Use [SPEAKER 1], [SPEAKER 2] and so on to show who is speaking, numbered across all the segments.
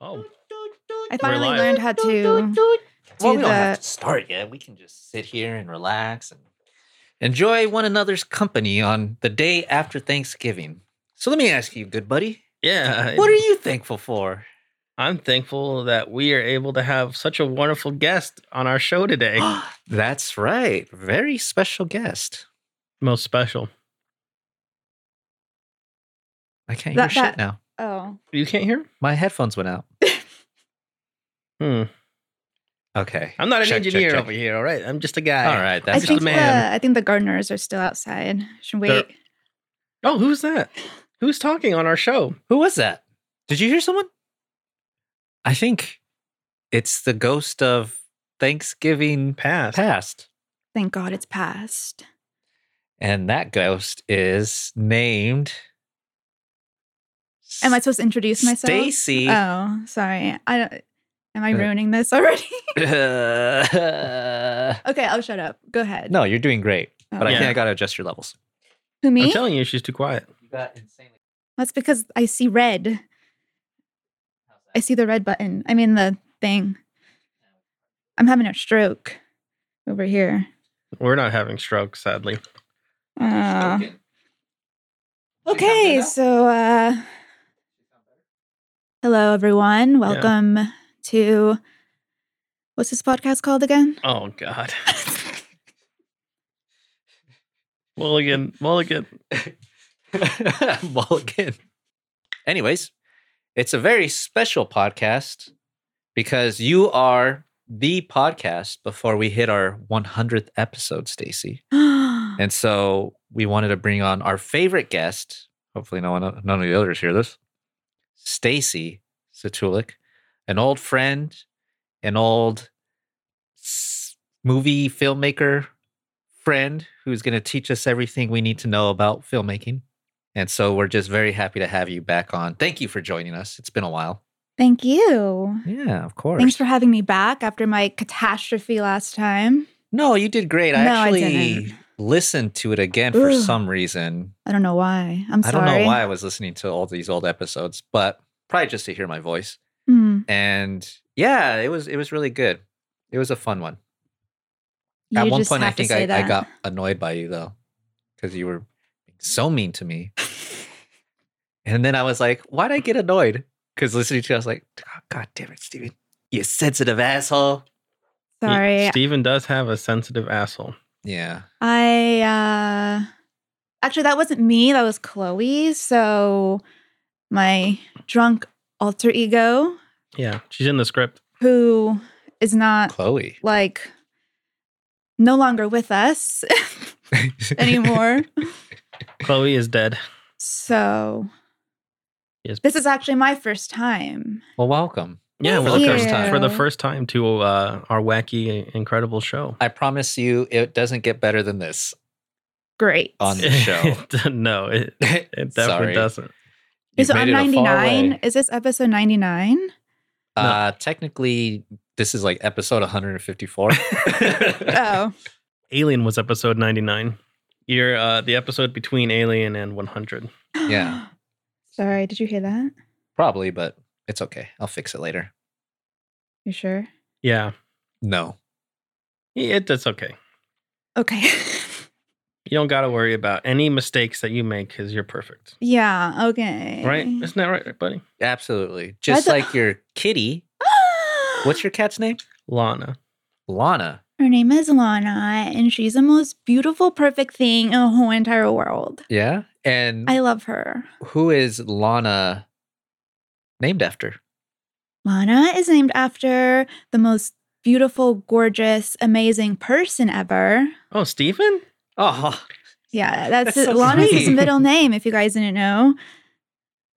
[SPEAKER 1] Oh,
[SPEAKER 2] I finally
[SPEAKER 1] live.
[SPEAKER 2] learned how to do
[SPEAKER 3] well, we don't have
[SPEAKER 2] the.
[SPEAKER 3] to start yet. We can just sit here and relax and enjoy one another's company on the day after Thanksgiving. So let me ask you, good buddy,
[SPEAKER 1] yeah.
[SPEAKER 3] what are you thankful for?
[SPEAKER 1] I'm thankful that we are able to have such a wonderful guest on our show today.
[SPEAKER 3] That's right. Very special guest.
[SPEAKER 1] Most special.
[SPEAKER 3] I can't
[SPEAKER 2] That-
[SPEAKER 3] hear
[SPEAKER 2] that-
[SPEAKER 3] shit now.
[SPEAKER 2] Oh,
[SPEAKER 1] You can't hear?
[SPEAKER 3] My headphones went out.
[SPEAKER 1] Hmm.
[SPEAKER 3] Okay.
[SPEAKER 1] I'm not an
[SPEAKER 3] Check, check,
[SPEAKER 1] engineer
[SPEAKER 3] check.
[SPEAKER 1] over here. All right. I'm just a guy.
[SPEAKER 3] All right.
[SPEAKER 2] I
[SPEAKER 3] That's
[SPEAKER 2] think
[SPEAKER 1] just
[SPEAKER 3] just
[SPEAKER 1] a
[SPEAKER 2] the,
[SPEAKER 1] man.
[SPEAKER 2] I think the gardeners are still outside. Should wait.
[SPEAKER 1] They're- Oh, who's that? Who's talking on our show?
[SPEAKER 3] Who was that? Did you hear someone? I think it's the ghost of Thanksgiving
[SPEAKER 1] Pass.
[SPEAKER 3] past.
[SPEAKER 2] Thank God it's past.
[SPEAKER 3] And that ghost is named.
[SPEAKER 2] Am I supposed to introduce myself?
[SPEAKER 3] Stacy.
[SPEAKER 2] Oh, sorry. I don't. Am I
[SPEAKER 3] Uh,
[SPEAKER 2] ruining this already?
[SPEAKER 3] no,
[SPEAKER 2] okay, I'll shut up. Go ahead.
[SPEAKER 3] you're doing great,
[SPEAKER 2] Oh.
[SPEAKER 3] but I think
[SPEAKER 1] Yeah.
[SPEAKER 3] I gotta adjust your levels.
[SPEAKER 2] Who
[SPEAKER 1] I'm
[SPEAKER 2] me?
[SPEAKER 1] telling you, she's too quiet.
[SPEAKER 3] You got insanely.
[SPEAKER 2] That's because I see red. I see the red button. I mean the thing. I'm having a stroke over here.
[SPEAKER 1] We're not having strokes, sadly.
[SPEAKER 2] Uh, okay, so uh, hello everyone. Welcome to what's this podcast called again?
[SPEAKER 1] Oh God. Mulligan. Mulligan.
[SPEAKER 3] Mulligan. Anyways, it's a very special podcast because you are the podcast before we hit our 100th episode, Stacy.
[SPEAKER 2] oh,
[SPEAKER 3] And so we wanted to bring on our favorite guest. Hopefully, no one, uh, none of the others hear this. Stacy Satulik, an old friend, an old s- movie filmmaker friend who's going to teach us everything we need to know about filmmaking. And so we're just very happy to have you back on. Thank you for joining us. It's been a while.
[SPEAKER 2] thank you.
[SPEAKER 3] Yeah, of course.
[SPEAKER 2] Thanks for having me back after my catastrophe last time.
[SPEAKER 3] no, you did great. I
[SPEAKER 2] No, I
[SPEAKER 3] actually
[SPEAKER 2] didn't.
[SPEAKER 3] listened to it again for
[SPEAKER 2] Ugh.
[SPEAKER 3] some reason.
[SPEAKER 2] I don't know why. I'm
[SPEAKER 3] I
[SPEAKER 2] sorry.
[SPEAKER 3] don't know why I was listening to all these old episodes, but probably just to hear my voice.
[SPEAKER 2] Hmm,
[SPEAKER 3] And yeah, it was it was really good. It was a fun one.
[SPEAKER 2] you
[SPEAKER 3] At one
[SPEAKER 2] just
[SPEAKER 3] point, I
[SPEAKER 2] have to
[SPEAKER 3] think
[SPEAKER 2] say
[SPEAKER 3] I, I
[SPEAKER 2] that.
[SPEAKER 3] got annoyed by you though, because you were being so mean to me. and then I was like, why'd I get annoyed? Because listening to you, I was like, "Oh, God damn it, Steven. You sensitive asshole. E
[SPEAKER 2] sorry.
[SPEAKER 1] Steven does have a sensitive asshole.
[SPEAKER 3] Yeah.
[SPEAKER 2] I uh actually that wasn't me, that was Chloe. So my drunk alter ego
[SPEAKER 1] Yeah. She's in the script.
[SPEAKER 2] who is not
[SPEAKER 3] Chloe.
[SPEAKER 2] like no longer with us anymore.
[SPEAKER 1] Chloe is dead.
[SPEAKER 2] so
[SPEAKER 1] Yes.
[SPEAKER 2] this is actually my first time.
[SPEAKER 3] well, welcome.
[SPEAKER 1] Yeah,
[SPEAKER 2] Thank
[SPEAKER 1] for the first
[SPEAKER 3] you.
[SPEAKER 1] time. For the first time to uh, our wacky, incredible show.
[SPEAKER 3] I promise you, it doesn't get better than this
[SPEAKER 2] Great.
[SPEAKER 3] on this show.
[SPEAKER 1] no, it, it definitely
[SPEAKER 3] Sorry.
[SPEAKER 1] doesn't.
[SPEAKER 3] You've
[SPEAKER 2] is it
[SPEAKER 3] made
[SPEAKER 2] on
[SPEAKER 3] a far
[SPEAKER 2] 99?
[SPEAKER 3] way.
[SPEAKER 2] Is this episode 99?
[SPEAKER 1] No.
[SPEAKER 3] Uh, technically, this is like episode 154.
[SPEAKER 2] Oh.
[SPEAKER 1] Alien was episode ninety nine. You're uh, the episode between Alien and one hundred.
[SPEAKER 3] Yeah.
[SPEAKER 2] Sorry, did you hear that?
[SPEAKER 3] Probably, but it's okay. I'll fix it later.
[SPEAKER 2] You sure?
[SPEAKER 1] Yeah,
[SPEAKER 3] No.
[SPEAKER 1] Yeah, it, it's okay.
[SPEAKER 2] Okay.
[SPEAKER 1] You don't got to worry about any mistakes that you make because you're perfect.
[SPEAKER 2] Yeah, okay.
[SPEAKER 1] Right? Isn't that right, buddy?
[SPEAKER 3] Absolutely. Just
[SPEAKER 2] thought-
[SPEAKER 3] like your kitty. What's your cat's name?
[SPEAKER 1] Lana.
[SPEAKER 3] Lana.
[SPEAKER 2] Her name is Lana, and she's the most beautiful, perfect thing in the whole entire world.
[SPEAKER 3] Yeah. And
[SPEAKER 2] I love her.
[SPEAKER 3] who is Lana named after?
[SPEAKER 2] Lana is named after the most beautiful, gorgeous, amazing person ever.
[SPEAKER 1] Oh, Stephen.
[SPEAKER 3] Oh,
[SPEAKER 2] Yeah, that's,
[SPEAKER 3] That's so
[SPEAKER 2] Lana's his
[SPEAKER 3] sweet.
[SPEAKER 2] middle name. If you guys didn't know,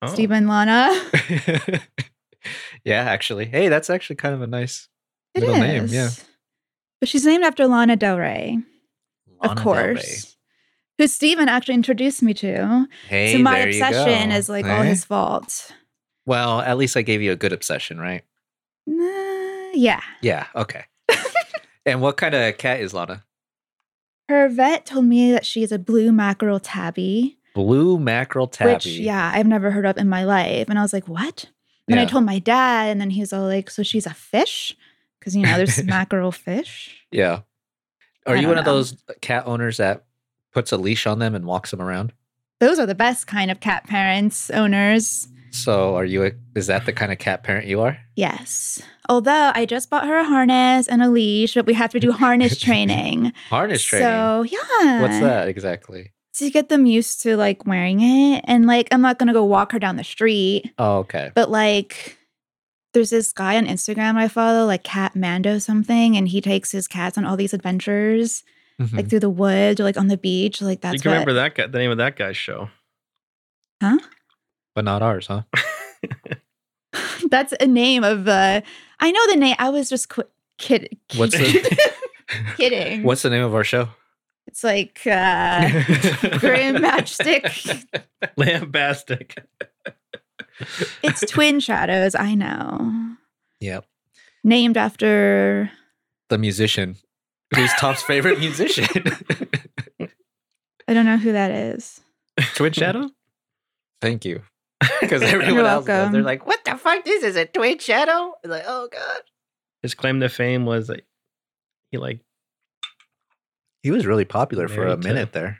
[SPEAKER 1] Oh.
[SPEAKER 2] Stephen Lana.
[SPEAKER 3] yeah, actually. Hey, that's actually kind of a nice
[SPEAKER 2] It is.
[SPEAKER 3] middle name. Yeah.
[SPEAKER 2] But she's named after Lana Del Rey,
[SPEAKER 3] Lana Del
[SPEAKER 2] of
[SPEAKER 3] Rey.
[SPEAKER 2] course, who Stephen actually introduced me to.
[SPEAKER 3] Hey,
[SPEAKER 2] so my
[SPEAKER 3] there you
[SPEAKER 2] obsession
[SPEAKER 3] go.
[SPEAKER 2] is like all
[SPEAKER 3] Eh?
[SPEAKER 2] his fault.
[SPEAKER 3] Well, at least I gave you a good obsession, right?
[SPEAKER 2] Nah, yeah.
[SPEAKER 3] Yeah. Okay. and what kind of cat is Lana?
[SPEAKER 2] Her vet told me that she is a blue mackerel tabby,
[SPEAKER 3] Blue mackerel tabby.
[SPEAKER 2] which yeah, I've never heard of in my life. And I was like, "What?" Then I
[SPEAKER 3] Yeah.
[SPEAKER 2] told my dad, and then he was all like, "So she's a fish?" Because you know, there's mackerel fish.
[SPEAKER 3] Yeah. Are you
[SPEAKER 2] I don't
[SPEAKER 3] one of
[SPEAKER 2] know.
[SPEAKER 3] those cat owners that puts a leash on them and walks them around?
[SPEAKER 2] Those are the best kind of cat parents, owners.
[SPEAKER 3] So are you a, is that the kind of cat parent you are?
[SPEAKER 2] Yes. Although I just bought her a harness and a leash, but we have to do harness training.
[SPEAKER 3] Harness training.
[SPEAKER 2] So uh, yeah.
[SPEAKER 3] What's that exactly?
[SPEAKER 2] To get them used to like wearing it. And like I'm not gonna go walk her down the street,
[SPEAKER 3] Oh, okay.
[SPEAKER 2] but like there's this guy on Instagram I follow, like Cat Mando something, and he takes his cats on all these adventures,
[SPEAKER 3] Mm-hmm. Hmm.
[SPEAKER 2] like through the woods or like on the beach. Like that's
[SPEAKER 1] you can
[SPEAKER 2] what-
[SPEAKER 1] remember that guy, the name of that guy's show.
[SPEAKER 3] but not ours, huh?
[SPEAKER 2] that's a name of uh I know the name. I was just qu- kid-
[SPEAKER 3] What's
[SPEAKER 1] the-
[SPEAKER 2] kidding.
[SPEAKER 3] What's the name of our show?
[SPEAKER 2] It's like uh Grim matchstick.
[SPEAKER 1] Lambastic.
[SPEAKER 2] It's Twin Shadows, I know.
[SPEAKER 3] Yep.
[SPEAKER 2] Named after
[SPEAKER 3] The musician. Who's Tom's favorite musician?
[SPEAKER 2] I don't know who that is.
[SPEAKER 3] Twin Shadow? Thank you. Because everyone
[SPEAKER 2] You're
[SPEAKER 3] else does. They're
[SPEAKER 2] welcome.
[SPEAKER 3] like, what the fuck? This is a Twin Shadow? It's like, oh God.
[SPEAKER 1] His claim to fame was that he like
[SPEAKER 3] He was really popular for a
[SPEAKER 1] Married to-
[SPEAKER 3] minute there.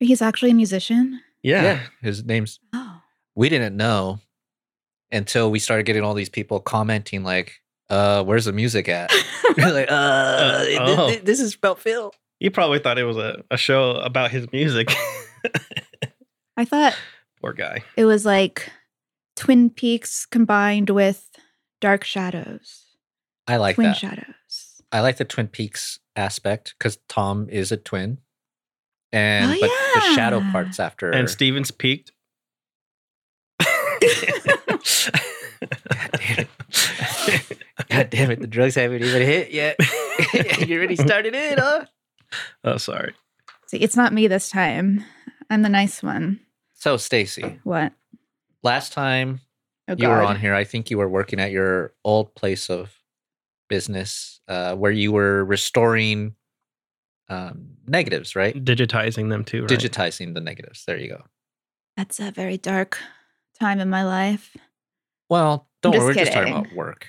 [SPEAKER 2] He's actually a musician.
[SPEAKER 1] yeah.
[SPEAKER 3] His name's
[SPEAKER 2] Oh.
[SPEAKER 3] we didn't know until we started getting all these people commenting like uh where's the music at like uh, thi- thi-
[SPEAKER 1] oh.
[SPEAKER 3] this is about phil
[SPEAKER 1] He probably thought it was a, a show about his music.
[SPEAKER 2] I thought
[SPEAKER 1] Poor guy.
[SPEAKER 2] it was like Twin Peaks combined with Dark Shadows.
[SPEAKER 3] i like
[SPEAKER 2] twin
[SPEAKER 3] that
[SPEAKER 2] Shadows.
[SPEAKER 3] i like the twin peaks aspect because tom is a twin and
[SPEAKER 2] Oh,
[SPEAKER 3] but the shadow
[SPEAKER 2] yeah.
[SPEAKER 3] parts after
[SPEAKER 1] And Stevens peaked.
[SPEAKER 3] God damn it. god damn it the drugs haven't even hit yet you already started it huh
[SPEAKER 1] oh, sorry.
[SPEAKER 2] See, it's not me this time. I'm the nice one.
[SPEAKER 3] so stacy
[SPEAKER 2] What?
[SPEAKER 3] last time
[SPEAKER 2] Oh,
[SPEAKER 3] you were
[SPEAKER 2] God.
[SPEAKER 3] on here. I think you were working at your old place of business uh, where you were restoring um, negatives, right?
[SPEAKER 1] Digitizing them too. Right?
[SPEAKER 3] Digitizing the negatives. There you go.
[SPEAKER 2] That's a very dark time in my life.
[SPEAKER 3] Well, don't
[SPEAKER 2] just
[SPEAKER 3] worry. We're just talking
[SPEAKER 2] kidding.
[SPEAKER 3] about work.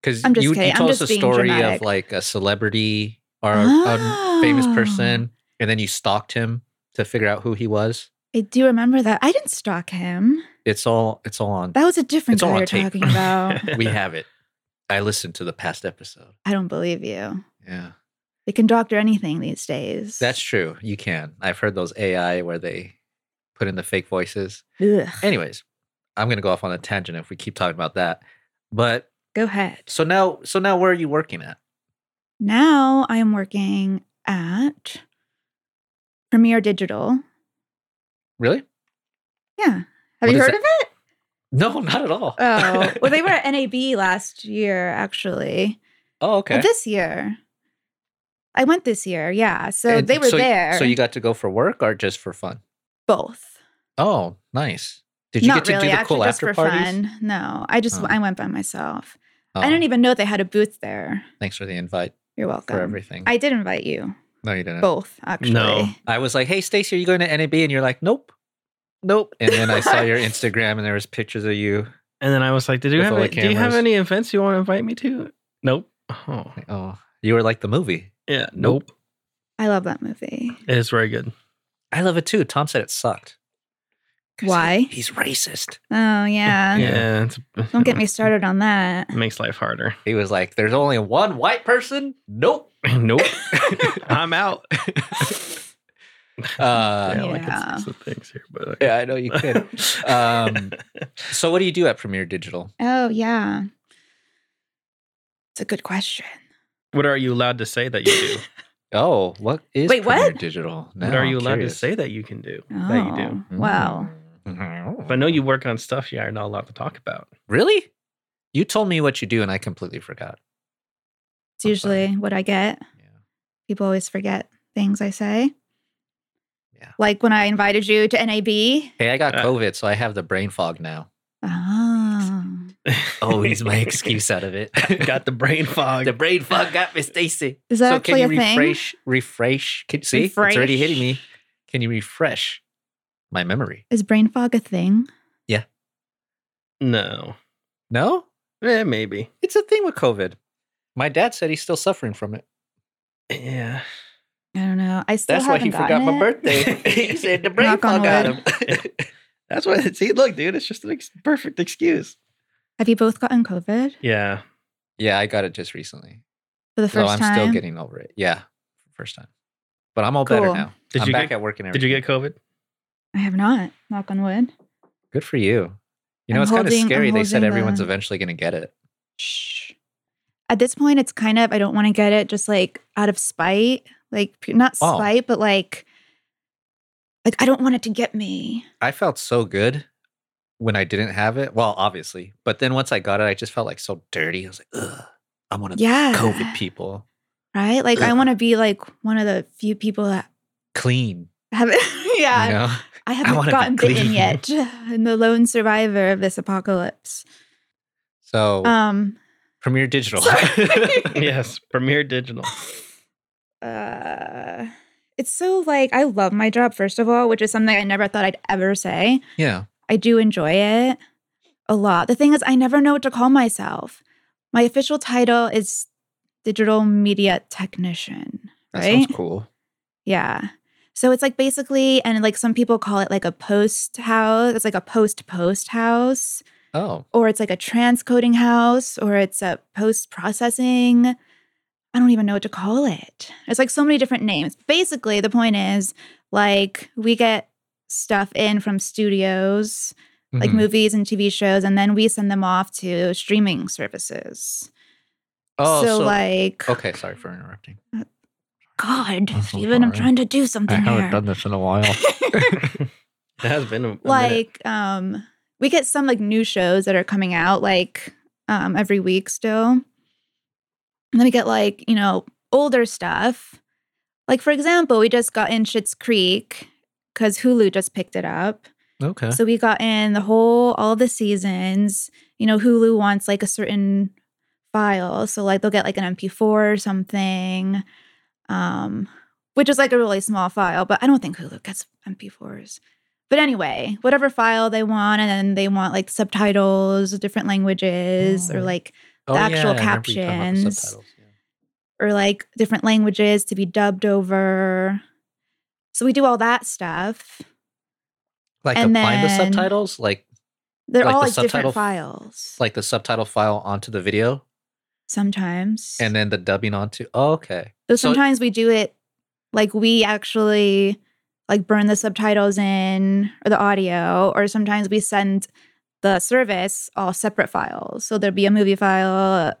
[SPEAKER 3] Because
[SPEAKER 2] I'm just
[SPEAKER 3] you,
[SPEAKER 2] kidding.
[SPEAKER 3] you
[SPEAKER 2] I'm
[SPEAKER 3] told us
[SPEAKER 2] just
[SPEAKER 3] a
[SPEAKER 2] being
[SPEAKER 3] story
[SPEAKER 2] dramatic.
[SPEAKER 3] of like a celebrity or a- a famous
[SPEAKER 2] Oh.
[SPEAKER 3] person, and then you stalked him to figure out who he was.
[SPEAKER 2] I do remember that. I didn't stalk him.
[SPEAKER 3] It's all. It's all on.
[SPEAKER 2] That was a different
[SPEAKER 3] It's all
[SPEAKER 2] guy
[SPEAKER 3] on
[SPEAKER 2] you're
[SPEAKER 3] tape.
[SPEAKER 2] talking about.
[SPEAKER 3] we have it. I listened to the past episode.
[SPEAKER 2] I don't believe you.
[SPEAKER 3] Yeah.
[SPEAKER 2] They can doctor anything these days.
[SPEAKER 3] That's true. You can. I've heard those AI where they put in the fake voices.
[SPEAKER 2] Ugh.
[SPEAKER 3] Anyways, I'm gonna go off on a tangent if we keep talking about that. But
[SPEAKER 2] Go ahead.
[SPEAKER 3] so now, so now, where are you working at?
[SPEAKER 2] Now I am working at Premiere Digital.
[SPEAKER 3] Really?
[SPEAKER 2] Yeah. Have
[SPEAKER 3] What
[SPEAKER 2] you
[SPEAKER 3] is
[SPEAKER 2] heard
[SPEAKER 3] that?
[SPEAKER 2] of it?
[SPEAKER 3] No, not at all.
[SPEAKER 2] Oh, well, they were at NAB last year, actually.
[SPEAKER 3] oh,
[SPEAKER 2] Or
[SPEAKER 3] okay.
[SPEAKER 2] This year. I went this year. Yeah. So
[SPEAKER 3] And
[SPEAKER 2] they were
[SPEAKER 3] so,
[SPEAKER 2] there.
[SPEAKER 3] So you got to go for work or just for fun?
[SPEAKER 2] both.
[SPEAKER 3] Oh, nice. Did you
[SPEAKER 2] Not
[SPEAKER 3] get to
[SPEAKER 2] really,
[SPEAKER 3] do the
[SPEAKER 2] actually,
[SPEAKER 3] cool
[SPEAKER 2] just
[SPEAKER 3] after
[SPEAKER 2] for
[SPEAKER 3] parties?
[SPEAKER 2] fun. No, I just
[SPEAKER 3] Oh.
[SPEAKER 2] I went by myself.
[SPEAKER 3] Oh,
[SPEAKER 2] I didn't even know they had a booth there.
[SPEAKER 3] Thanks for the invite
[SPEAKER 2] You're welcome.
[SPEAKER 3] for everything.
[SPEAKER 2] I did invite you
[SPEAKER 3] no, you didn't.
[SPEAKER 2] both, actually.
[SPEAKER 3] I was like, "Hey, Stacy, are you going to NAB?" And you're like, "Nope, nope." And then I saw your Instagram, and there was pictures of you.
[SPEAKER 1] And then I was like, "Did you
[SPEAKER 3] With
[SPEAKER 1] have
[SPEAKER 3] all the
[SPEAKER 1] any, do you have
[SPEAKER 3] cameras.
[SPEAKER 1] any events you want to invite me to?" Nope. Oh,
[SPEAKER 3] Like, Oh, you were like the movie.
[SPEAKER 1] yeah. Nope.
[SPEAKER 2] I love that movie.
[SPEAKER 1] It is very good.
[SPEAKER 3] I love it too. Tom said it sucked. 'Cause he-
[SPEAKER 2] Why?
[SPEAKER 3] he's racist.
[SPEAKER 2] Oh
[SPEAKER 1] Yeah.
[SPEAKER 2] yeah.
[SPEAKER 1] it's,
[SPEAKER 2] Don't get me started on that.
[SPEAKER 1] It
[SPEAKER 3] Mm.
[SPEAKER 1] makes life harder.
[SPEAKER 3] He was like, "There's only one white person." Nope.
[SPEAKER 1] nope. I'm out.
[SPEAKER 3] Uh,
[SPEAKER 1] yeah, like
[SPEAKER 2] Yeah.
[SPEAKER 1] it's, it's the things here, but
[SPEAKER 3] Yeah, I know you could.
[SPEAKER 1] Uh,
[SPEAKER 3] Um, so, what do you do at Premiere Digital?
[SPEAKER 2] Oh yeah. It's a good question.
[SPEAKER 1] what are you allowed to say that you do?
[SPEAKER 3] Oh, what is
[SPEAKER 2] Wait, what?
[SPEAKER 3] Premiere Digital?
[SPEAKER 1] what are
[SPEAKER 3] Now
[SPEAKER 1] you
[SPEAKER 3] I'm
[SPEAKER 1] allowed to
[SPEAKER 3] curious.
[SPEAKER 1] say that you can do?
[SPEAKER 2] Oh,
[SPEAKER 1] That you do.
[SPEAKER 3] Mm-hmm.
[SPEAKER 2] Wow.
[SPEAKER 3] Mm.
[SPEAKER 1] If I know you work on stuff you're not allowed to talk about.
[SPEAKER 3] Really? You told me what you do, and I completely forgot.
[SPEAKER 2] It's
[SPEAKER 3] I'm
[SPEAKER 2] usually what I get.
[SPEAKER 3] Yeah.
[SPEAKER 2] People always forget things I say.
[SPEAKER 3] Yeah.
[SPEAKER 2] Like when I invited you to NAB.
[SPEAKER 3] Hey, I got
[SPEAKER 1] Uh,
[SPEAKER 3] COVID, so I have the brain fog now.
[SPEAKER 2] Oh.
[SPEAKER 3] Oh, he's my excuse out of it.
[SPEAKER 1] Got the brain fog.
[SPEAKER 3] the brain fog got me, Stacy.
[SPEAKER 2] Is that
[SPEAKER 3] so
[SPEAKER 2] actually
[SPEAKER 3] can you
[SPEAKER 2] a thing?
[SPEAKER 3] refresh, refresh? Can, see, it's already hitting me.
[SPEAKER 2] Refresh.
[SPEAKER 3] Can you refresh my memory?
[SPEAKER 2] Is brain fog a thing?
[SPEAKER 1] No.
[SPEAKER 3] No?
[SPEAKER 1] Eh, maybe.
[SPEAKER 3] It's a thing with COVID. My dad said he's still suffering from it.
[SPEAKER 1] Yeah.
[SPEAKER 2] I don't know. I still
[SPEAKER 3] That's why
[SPEAKER 2] haven't
[SPEAKER 3] he forgot
[SPEAKER 2] gotten
[SPEAKER 3] my
[SPEAKER 2] it.
[SPEAKER 3] birthday. he said the brain
[SPEAKER 2] Knock on
[SPEAKER 3] fog got him.
[SPEAKER 2] wood.
[SPEAKER 1] That's why. See, look, dude, it's just an ex- perfect excuse.
[SPEAKER 2] Have you both gotten COVID
[SPEAKER 1] Yeah.
[SPEAKER 3] yeah, I got it just recently.
[SPEAKER 2] for the
[SPEAKER 3] So
[SPEAKER 2] first
[SPEAKER 3] I'm
[SPEAKER 2] time?
[SPEAKER 3] still getting over it. Yeah, first time. But I'm all better
[SPEAKER 2] Cool.
[SPEAKER 3] now.
[SPEAKER 1] Did
[SPEAKER 3] I'm
[SPEAKER 1] you
[SPEAKER 3] back
[SPEAKER 1] get?
[SPEAKER 3] at work and
[SPEAKER 1] Did
[SPEAKER 3] everything.
[SPEAKER 1] you get COVID?
[SPEAKER 2] I have not. Knock on wood.
[SPEAKER 3] Good for you. You know,
[SPEAKER 2] I'm
[SPEAKER 3] it's kind of
[SPEAKER 2] holding- I'm
[SPEAKER 3] scary. They said
[SPEAKER 2] holding
[SPEAKER 3] everyone's
[SPEAKER 2] the-
[SPEAKER 3] eventually going to get it.
[SPEAKER 2] Shh. At this point, it's kind of I don't want to get it just like out of spite, like p- not
[SPEAKER 3] Oh.
[SPEAKER 2] spite, but like like I don't want it to get me.
[SPEAKER 3] I felt so good when I didn't have it. Well, obviously. But then once I got it, I just felt like so dirty. I was like, ugh, I'm one of
[SPEAKER 2] Yeah,
[SPEAKER 3] the COVID people.
[SPEAKER 2] right? Like I want to be like one of the few people that
[SPEAKER 3] Clean.
[SPEAKER 2] haven't. yeah,
[SPEAKER 3] You know?
[SPEAKER 2] I haven't
[SPEAKER 3] wanna be
[SPEAKER 2] gotten bitten
[SPEAKER 3] clean.
[SPEAKER 2] yet. I'm the lone survivor of this apocalypse.
[SPEAKER 3] So,
[SPEAKER 2] Um.
[SPEAKER 3] Premiere Digital.
[SPEAKER 2] sorry.
[SPEAKER 1] yes. Premiere Digital.
[SPEAKER 2] Uh, it's so like I love my job first of all, which is something I never thought I'd ever say.
[SPEAKER 3] yeah.
[SPEAKER 2] I do enjoy it a lot. The thing is, I never know what to call myself. My official title is digital media technician,
[SPEAKER 3] That
[SPEAKER 2] right?
[SPEAKER 3] sounds cool.
[SPEAKER 2] Yeah. So it's like basically, and like some people call it like a post house. It's like a post post house,
[SPEAKER 3] Oh,
[SPEAKER 2] or it's like a transcoding house, or it's a post processing. I don't even know what to call it. It's like so many different names. Basically, the point is like we get stuff in from studios like
[SPEAKER 3] mhm.
[SPEAKER 2] movies and TV shows, and then we send them off to streaming services.
[SPEAKER 3] Oh,
[SPEAKER 2] so, like,
[SPEAKER 3] okay. Sorry for interrupting.
[SPEAKER 2] God,
[SPEAKER 3] I'm so
[SPEAKER 2] Stephen, I'm
[SPEAKER 3] sorry.
[SPEAKER 2] trying to do
[SPEAKER 3] I
[SPEAKER 2] something
[SPEAKER 3] haven't
[SPEAKER 2] here.
[SPEAKER 3] done this in a while.
[SPEAKER 1] it has been a, a minute.
[SPEAKER 2] like, um, we get some like new shows that are coming out like um, every week still, and then we get like you know older stuff. Like for example, we just got in Schitt's Creek because Hulu just picked it up.
[SPEAKER 3] okay.
[SPEAKER 2] So we got in the whole all the seasons. You know, Hulu wants like a certain file, so like they'll get like an MP4 or something, um, which is like a really small file. But I don't think Hulu gets MP4s. But anyway, whatever file they want, and then they want like subtitles, different languages, or
[SPEAKER 3] Oh.
[SPEAKER 2] like
[SPEAKER 3] Oh,
[SPEAKER 2] the actual
[SPEAKER 3] I remember you talking about the
[SPEAKER 2] captions.
[SPEAKER 3] subtitles, yeah.
[SPEAKER 2] or like different languages to be dubbed over. So we do all that stuff.
[SPEAKER 3] Like
[SPEAKER 2] And
[SPEAKER 3] applying the
[SPEAKER 2] then-
[SPEAKER 3] subtitles, like
[SPEAKER 2] They're
[SPEAKER 3] Like
[SPEAKER 2] all
[SPEAKER 3] the
[SPEAKER 2] like
[SPEAKER 3] subtitle
[SPEAKER 2] different
[SPEAKER 3] f-
[SPEAKER 2] files.
[SPEAKER 3] like the subtitle file onto the video,
[SPEAKER 2] sometimes.
[SPEAKER 3] and then the dubbing onto. Oh, okay.
[SPEAKER 2] So
[SPEAKER 3] So-
[SPEAKER 2] sometimes we do it like we actually like burn the subtitles in or the audio, or sometimes we send the service all separate files. So there'll be a movie file,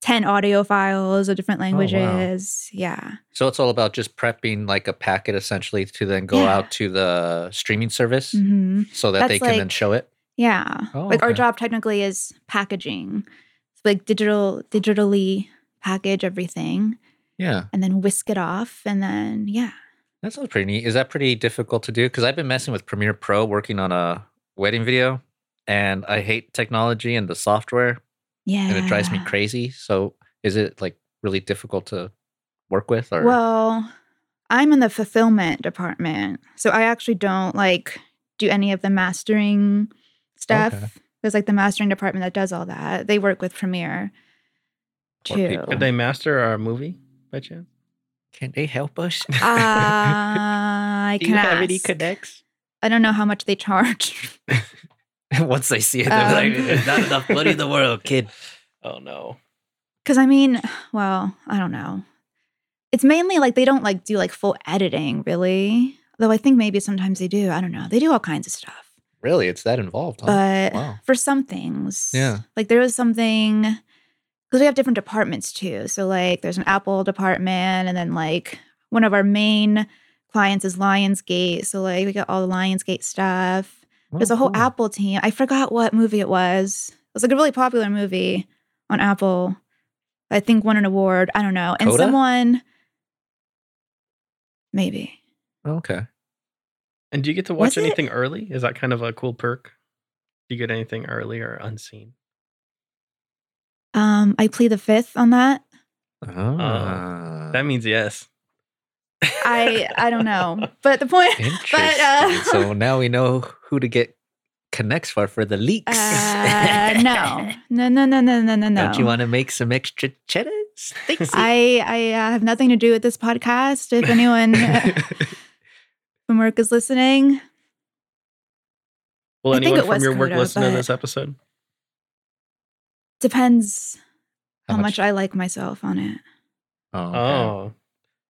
[SPEAKER 2] 10 audio files of
[SPEAKER 3] Oh,
[SPEAKER 2] different languages. Yeah.
[SPEAKER 3] So it's all about just prepping like a packet essentially to then go
[SPEAKER 2] Yeah.
[SPEAKER 3] out to the streaming service
[SPEAKER 2] hmm
[SPEAKER 3] so that they
[SPEAKER 2] That's
[SPEAKER 3] can then
[SPEAKER 2] like-
[SPEAKER 3] show it.
[SPEAKER 2] Yeah.
[SPEAKER 3] Oh,
[SPEAKER 2] like our
[SPEAKER 3] okay.
[SPEAKER 2] job technically is packaging. So like digital digitally package everything
[SPEAKER 3] Yeah.
[SPEAKER 2] and then whisk it off and then yeah.
[SPEAKER 3] That sounds pretty neat. Is that pretty difficult to do? Because I've been messing with Premiere Pro working on a wedding video and I hate technology and the software
[SPEAKER 2] Yeah.
[SPEAKER 3] and it drives me crazy. So is it like really difficult to work with or
[SPEAKER 2] Well, I'm in the fulfillment department. So I actually don't like do any of the mastering stuff.
[SPEAKER 3] Okay.
[SPEAKER 2] There's like the mastering department that does all that. They work with Premiere
[SPEAKER 3] Poor
[SPEAKER 2] too.
[SPEAKER 3] people.
[SPEAKER 1] Could they master our movie by chance?
[SPEAKER 3] can they help us?
[SPEAKER 2] Uh, I can ask.
[SPEAKER 3] connects?
[SPEAKER 2] I don't know how much they charge.
[SPEAKER 3] Once they see it, they're like,
[SPEAKER 2] Um,
[SPEAKER 3] "There's not enough money in the world, kid.
[SPEAKER 1] Oh no.
[SPEAKER 2] Cause I mean, well, I don't know. It's mainly like they don't like do like full editing really. Though I think maybe sometimes they do. I don't know. They do all kinds of stuff.
[SPEAKER 3] Really, it's that involved, huh?
[SPEAKER 2] But
[SPEAKER 3] wow.
[SPEAKER 2] for some things.
[SPEAKER 3] Yeah.
[SPEAKER 2] Like there was something because we have different departments too. So like there's an Apple department and then like one of our main clients is Lionsgate. So like we got all the Lionsgate stuff. There's
[SPEAKER 3] Oh,
[SPEAKER 2] a whole Apple team. I forgot what movie it was. It was like a really popular movie on Apple. I think won an award. I don't know. And
[SPEAKER 3] Coda?
[SPEAKER 2] someone maybe.
[SPEAKER 3] Okay.
[SPEAKER 1] And do you get to
[SPEAKER 2] Was
[SPEAKER 1] watch
[SPEAKER 2] it-
[SPEAKER 1] anything early? Is that kind of a cool perk? Do you get anything early or unseen?
[SPEAKER 2] Um, I play the fifth on that.
[SPEAKER 3] Ah.
[SPEAKER 1] That means yes.
[SPEAKER 2] I I don't know. But the point
[SPEAKER 3] Interesting.
[SPEAKER 2] But, uh,
[SPEAKER 3] so now we know who to get connects for for the leaks.
[SPEAKER 2] Uh, no, no, no, no, no, no, no, no.
[SPEAKER 3] Don't you want to make some extra cheddar? Stacy?
[SPEAKER 2] I I uh, have nothing to do with this podcast. If anyone uh, from work is listening,
[SPEAKER 1] Will
[SPEAKER 2] I
[SPEAKER 1] anyone
[SPEAKER 2] think it
[SPEAKER 1] from
[SPEAKER 2] was
[SPEAKER 1] your work
[SPEAKER 2] Coda,
[SPEAKER 1] listen to
[SPEAKER 2] but-
[SPEAKER 1] this episode?
[SPEAKER 2] depends
[SPEAKER 3] How
[SPEAKER 2] how, much? I like myself on it.
[SPEAKER 3] Oh, okay.
[SPEAKER 1] Oh,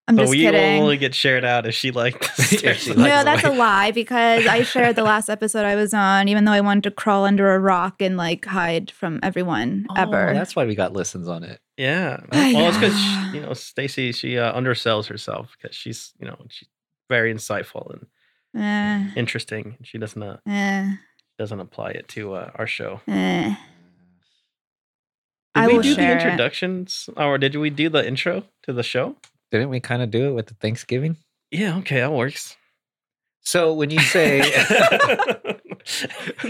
[SPEAKER 2] I'm
[SPEAKER 1] so
[SPEAKER 2] just
[SPEAKER 1] we
[SPEAKER 2] kidding.
[SPEAKER 1] will only get shared out if she liked.
[SPEAKER 3] If she
[SPEAKER 2] no,
[SPEAKER 3] likes
[SPEAKER 2] that's
[SPEAKER 3] it.
[SPEAKER 2] a lie because I shared the last episode I was on, even though I wanted to crawl under a rock and like hide from everyone
[SPEAKER 3] Oh,
[SPEAKER 2] ever.
[SPEAKER 3] That's why we got listens on it.
[SPEAKER 1] Yeah.
[SPEAKER 2] I
[SPEAKER 1] Well, it's because
[SPEAKER 2] know.
[SPEAKER 1] you know Stacy she uh, undersells herself because she's you know she's very insightful and
[SPEAKER 2] Eh,
[SPEAKER 1] interesting. She doesn't uh,
[SPEAKER 2] eh,
[SPEAKER 1] doesn't apply it to uh, our show.
[SPEAKER 2] eh.
[SPEAKER 1] Did
[SPEAKER 2] I
[SPEAKER 1] we
[SPEAKER 2] will
[SPEAKER 1] do
[SPEAKER 2] share it.
[SPEAKER 1] the introductions or did we do the intro to the show?
[SPEAKER 3] Didn't we kind of do it with the Thanksgiving?
[SPEAKER 1] Yeah. Okay, that works.
[SPEAKER 3] So when you say,
[SPEAKER 2] You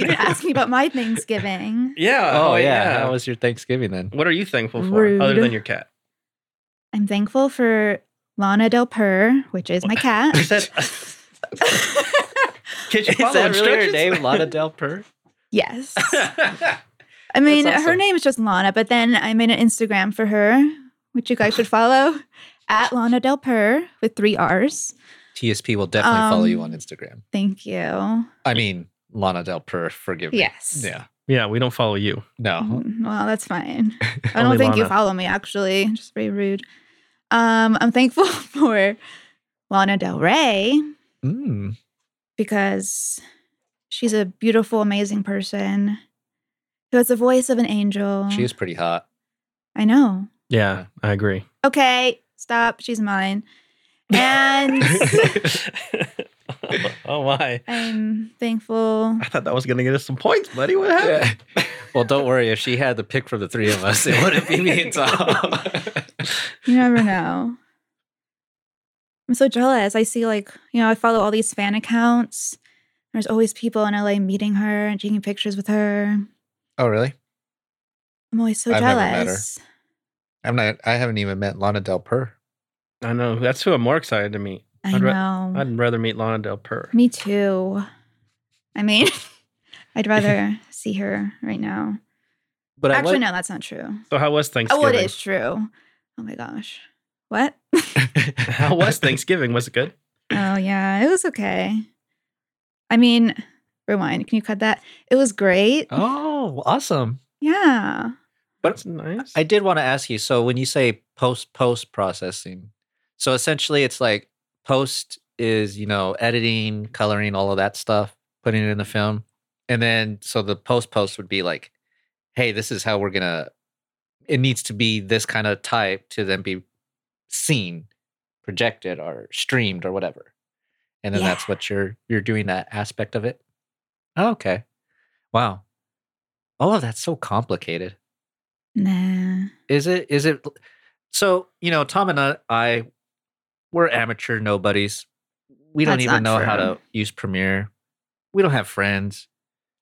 [SPEAKER 2] didn't ask me about my Thanksgiving.
[SPEAKER 1] yeah.
[SPEAKER 3] oh, yeah, how was your Thanksgiving then?
[SPEAKER 1] what are you thankful for other
[SPEAKER 2] Rude.
[SPEAKER 1] than your cat?
[SPEAKER 2] I'm thankful for Lana Del Per, which is my cat.
[SPEAKER 1] I said. Can you
[SPEAKER 3] Is
[SPEAKER 1] follow
[SPEAKER 3] that really her
[SPEAKER 1] instructions?
[SPEAKER 3] name, Lana Del Per?
[SPEAKER 2] yes. I mean,
[SPEAKER 3] That's
[SPEAKER 2] her
[SPEAKER 3] awesome.
[SPEAKER 2] name is just Lana, but then I made an Instagram for her, which you guys should follow at Lana Del Per with three R's.
[SPEAKER 3] TSP will definitely follow you on
[SPEAKER 2] Um,
[SPEAKER 3] Instagram.
[SPEAKER 2] Thank you.
[SPEAKER 3] I mean, Lana Del Per, forgive me.
[SPEAKER 2] Yes.
[SPEAKER 3] Yeah.
[SPEAKER 1] Yeah, we don't follow you.
[SPEAKER 3] No.
[SPEAKER 2] Mm, Well, that's fine. I
[SPEAKER 1] Only
[SPEAKER 2] don't think you
[SPEAKER 1] Lana.
[SPEAKER 2] follow me, actually. Just very rude. Um, I'm thankful for Lana Del Rey
[SPEAKER 3] Mm.
[SPEAKER 2] because she's a beautiful, amazing person who has the voice of an angel.
[SPEAKER 3] She is pretty hot.
[SPEAKER 2] I know.
[SPEAKER 1] Yeah, I agree.
[SPEAKER 2] Okay, stop. She's mine. And
[SPEAKER 1] oh my.
[SPEAKER 2] I'm thankful.
[SPEAKER 1] I thought that was gonna get us some points, buddy. What happened?
[SPEAKER 3] Yeah. Well, don't worry. If she had the pick from the three of us, it wouldn't be me and Tom.
[SPEAKER 2] You never know. I'm so jealous. I see, like, you know, I follow all these fan accounts. There's always people in LA meeting her and taking pictures with her.
[SPEAKER 3] oh, really?
[SPEAKER 2] I'm always so
[SPEAKER 3] I've never met her.
[SPEAKER 2] jealous.
[SPEAKER 3] I'm not. I haven't even met Lana Del Per.
[SPEAKER 1] I know. That's who I'm more excited to meet.
[SPEAKER 2] I
[SPEAKER 1] I'd ra-
[SPEAKER 2] know.
[SPEAKER 1] I'd rather meet Lana Del Purr.
[SPEAKER 2] Me too. I mean, I'd rather see her right now.
[SPEAKER 3] But I
[SPEAKER 2] Actually,
[SPEAKER 3] was-
[SPEAKER 2] no, that's not true.
[SPEAKER 1] So how was
[SPEAKER 2] Oh,
[SPEAKER 1] Thanksgiving?
[SPEAKER 2] well, it is true. Oh my gosh. What?
[SPEAKER 1] How was Thanksgiving? Was it good?
[SPEAKER 2] Oh yeah, it was okay. I mean, rewind. Can you cut that? It was great.
[SPEAKER 3] Oh, awesome.
[SPEAKER 2] Yeah.
[SPEAKER 3] But
[SPEAKER 1] That's nice.
[SPEAKER 3] I did want to ask you. So when you say post post processing, so essentially it's like post is you know editing, coloring, all of that stuff, putting it in the film, and then so the post post would be like, hey, this is how we're gonna. It needs to be this kind of type to then be seen, projected, or streamed, or whatever. And then
[SPEAKER 2] Yeah.
[SPEAKER 3] that's what you're you're doing that aspect of it. Oh, okay, wow, all of that's so complicated.
[SPEAKER 2] Nah.
[SPEAKER 3] Is it? Is it? So you know, Tom and I, I we're amateur nobodies. We don't
[SPEAKER 2] That's
[SPEAKER 3] even know
[SPEAKER 2] not
[SPEAKER 3] how
[SPEAKER 2] true.
[SPEAKER 3] to use Premiere. We don't have friends.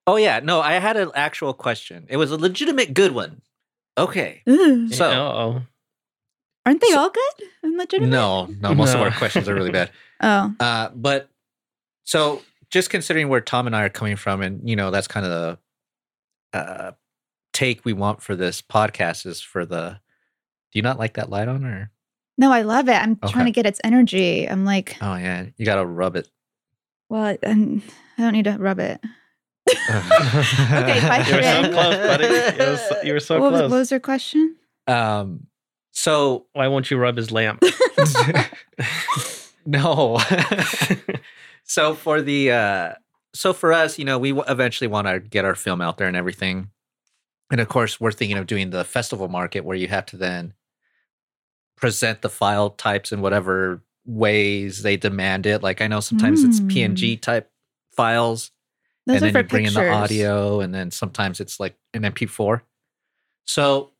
[SPEAKER 3] Oh yeah, no, I had an actual question. It was a legitimate good one. Okay.
[SPEAKER 2] Ooh,
[SPEAKER 1] Yeah,
[SPEAKER 3] so-
[SPEAKER 1] uh-oh.
[SPEAKER 2] aren't they
[SPEAKER 3] So-
[SPEAKER 2] all good? And legitimate?
[SPEAKER 3] No, no, most
[SPEAKER 1] No.
[SPEAKER 3] of our questions are really bad.
[SPEAKER 2] Oh.
[SPEAKER 3] Uh, but so just considering where Tom and I are coming from, and you know, that's kind of the uh, take we want for this podcast is for the. Do you not like that light on or?
[SPEAKER 2] No, I love it. I'm
[SPEAKER 3] Okay.
[SPEAKER 2] trying to get its energy. I'm like,
[SPEAKER 3] Oh yeah, you gotta rub it.
[SPEAKER 2] well, I'm, I don't need to rub it.
[SPEAKER 3] okay,
[SPEAKER 2] I
[SPEAKER 1] you were so
[SPEAKER 2] did.
[SPEAKER 1] close, buddy. You were so, you were so
[SPEAKER 2] what, was,
[SPEAKER 1] close.
[SPEAKER 2] what was your question?
[SPEAKER 3] Um, so
[SPEAKER 1] Why won't you rub his lamp?
[SPEAKER 3] no. so for the uh, so for us, you know, we w- eventually want to get our film out there and everything, and of course, we're thinking of doing the festival market where you have to then present the file types in whatever ways they demand it. Like I know sometimes it's
[SPEAKER 2] Mm.
[SPEAKER 3] PNG type files.
[SPEAKER 2] Those
[SPEAKER 3] and
[SPEAKER 2] are
[SPEAKER 3] then
[SPEAKER 2] for
[SPEAKER 3] you bring
[SPEAKER 2] pictures.
[SPEAKER 3] in the audio, and then sometimes it's like an MP4. So,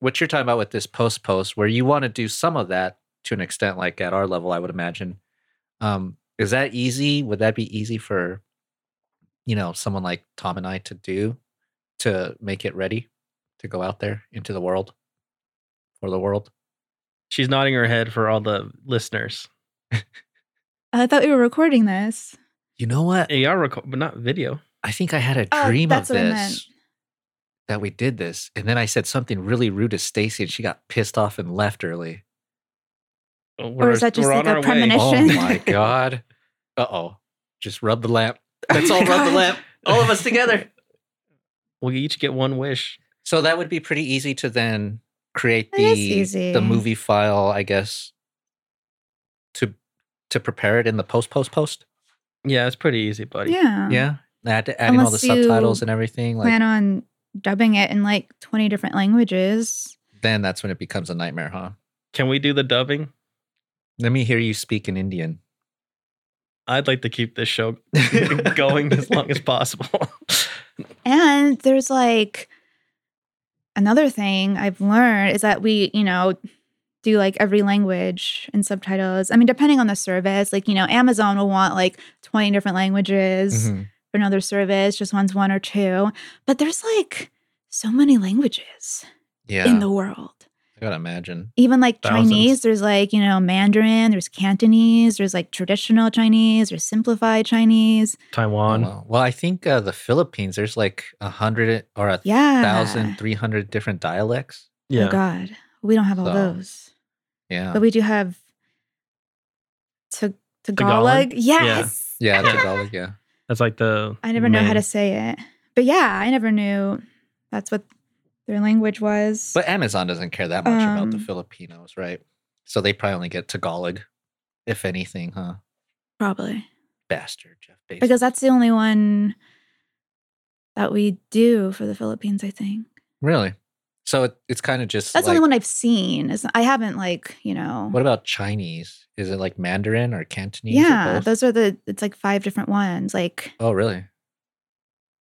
[SPEAKER 3] what you're talking about with this post post, where you want to do some of that to an extent, like at our level, I would imagine. Um, is that easy? Would that be easy for, you know, someone like Tom and I to do to make it ready to go out there into the world for the world?
[SPEAKER 1] She's nodding her head for all the listeners.
[SPEAKER 2] I thought we were recording this.
[SPEAKER 3] You know what?
[SPEAKER 1] Hey, you are reco- but not video.
[SPEAKER 3] I think I had a
[SPEAKER 2] Oh,
[SPEAKER 3] dream of
[SPEAKER 2] that's what I meant.
[SPEAKER 3] this that we did this. And then I said something really rude to Stacy and she got pissed off and left early.
[SPEAKER 1] We're-
[SPEAKER 2] is that just
[SPEAKER 1] we're
[SPEAKER 2] like
[SPEAKER 1] on
[SPEAKER 2] a
[SPEAKER 1] our way.
[SPEAKER 2] premonition?
[SPEAKER 3] Oh my God. Uh oh. Just rub the lamp. Let's all rub the lamp. All of us together.
[SPEAKER 1] We each get one wish.
[SPEAKER 3] So that would be pretty easy to then create
[SPEAKER 2] It is
[SPEAKER 3] the
[SPEAKER 2] easy.
[SPEAKER 3] the movie file, I guess, to to prepare it in the post post post.
[SPEAKER 1] Yeah, it's pretty easy, buddy.
[SPEAKER 2] Yeah.
[SPEAKER 3] Yeah, add, adding all the
[SPEAKER 2] Unless you
[SPEAKER 3] subtitles and everything. Like
[SPEAKER 2] Plan on dubbing it in like 20 different languages.
[SPEAKER 3] then that's when it becomes a nightmare, huh?
[SPEAKER 1] Can we do the dubbing?
[SPEAKER 3] Let me hear you speak in Indian.
[SPEAKER 1] I'd like to keep this show going as long as possible.
[SPEAKER 2] And there's like another thing I've learned is that we, you know, do like every language and subtitles. I mean, depending on the service, like, you know, Amazon will want like 20 different languages
[SPEAKER 3] Mhm.
[SPEAKER 2] for another service, just wants one or two. But there's like so many languages
[SPEAKER 3] Yeah,
[SPEAKER 2] in the world.
[SPEAKER 3] I gotta imagine.
[SPEAKER 2] Even like
[SPEAKER 1] Thousands.
[SPEAKER 2] Chinese, there's like, you know, Mandarin, there's Cantonese, there's like traditional Chinese, there's simplified Chinese.
[SPEAKER 1] Taiwan.
[SPEAKER 3] Well, Oh, well, I think uh, the Philippines there's like a hundred or a
[SPEAKER 2] Yeah.
[SPEAKER 3] thousand three hundred different dialects.
[SPEAKER 1] Yeah.
[SPEAKER 2] Oh, God. We don't have all
[SPEAKER 3] So-
[SPEAKER 2] those.
[SPEAKER 3] Yeah,
[SPEAKER 2] but we do have Ta- Tagalog.
[SPEAKER 1] Tagalog?
[SPEAKER 2] Yes.
[SPEAKER 3] yeah,
[SPEAKER 1] Yeah.
[SPEAKER 3] Tagalog. Yeah,
[SPEAKER 1] That's like the.
[SPEAKER 2] I never know how
[SPEAKER 1] main-
[SPEAKER 2] to say it. But yeah, I never knew that's what their language was.
[SPEAKER 3] But Amazon doesn't care that much about the
[SPEAKER 2] Um,
[SPEAKER 3] Filipinos, right? So they probably only get Tagalog, if anything, huh?
[SPEAKER 2] probably.
[SPEAKER 3] Bastard, Jeff Bezos.
[SPEAKER 2] Because that's the only one that we do for the Philippines, I think.
[SPEAKER 3] really, so it, it's kind of just.
[SPEAKER 2] That's the
[SPEAKER 3] like,
[SPEAKER 2] only one I've seen. It's, I haven't like, you know.
[SPEAKER 3] What about Chinese? Is it like Mandarin or Cantonese? or
[SPEAKER 2] yeah,
[SPEAKER 3] both?
[SPEAKER 2] those are the it's like five different ones. Like
[SPEAKER 3] oh, really?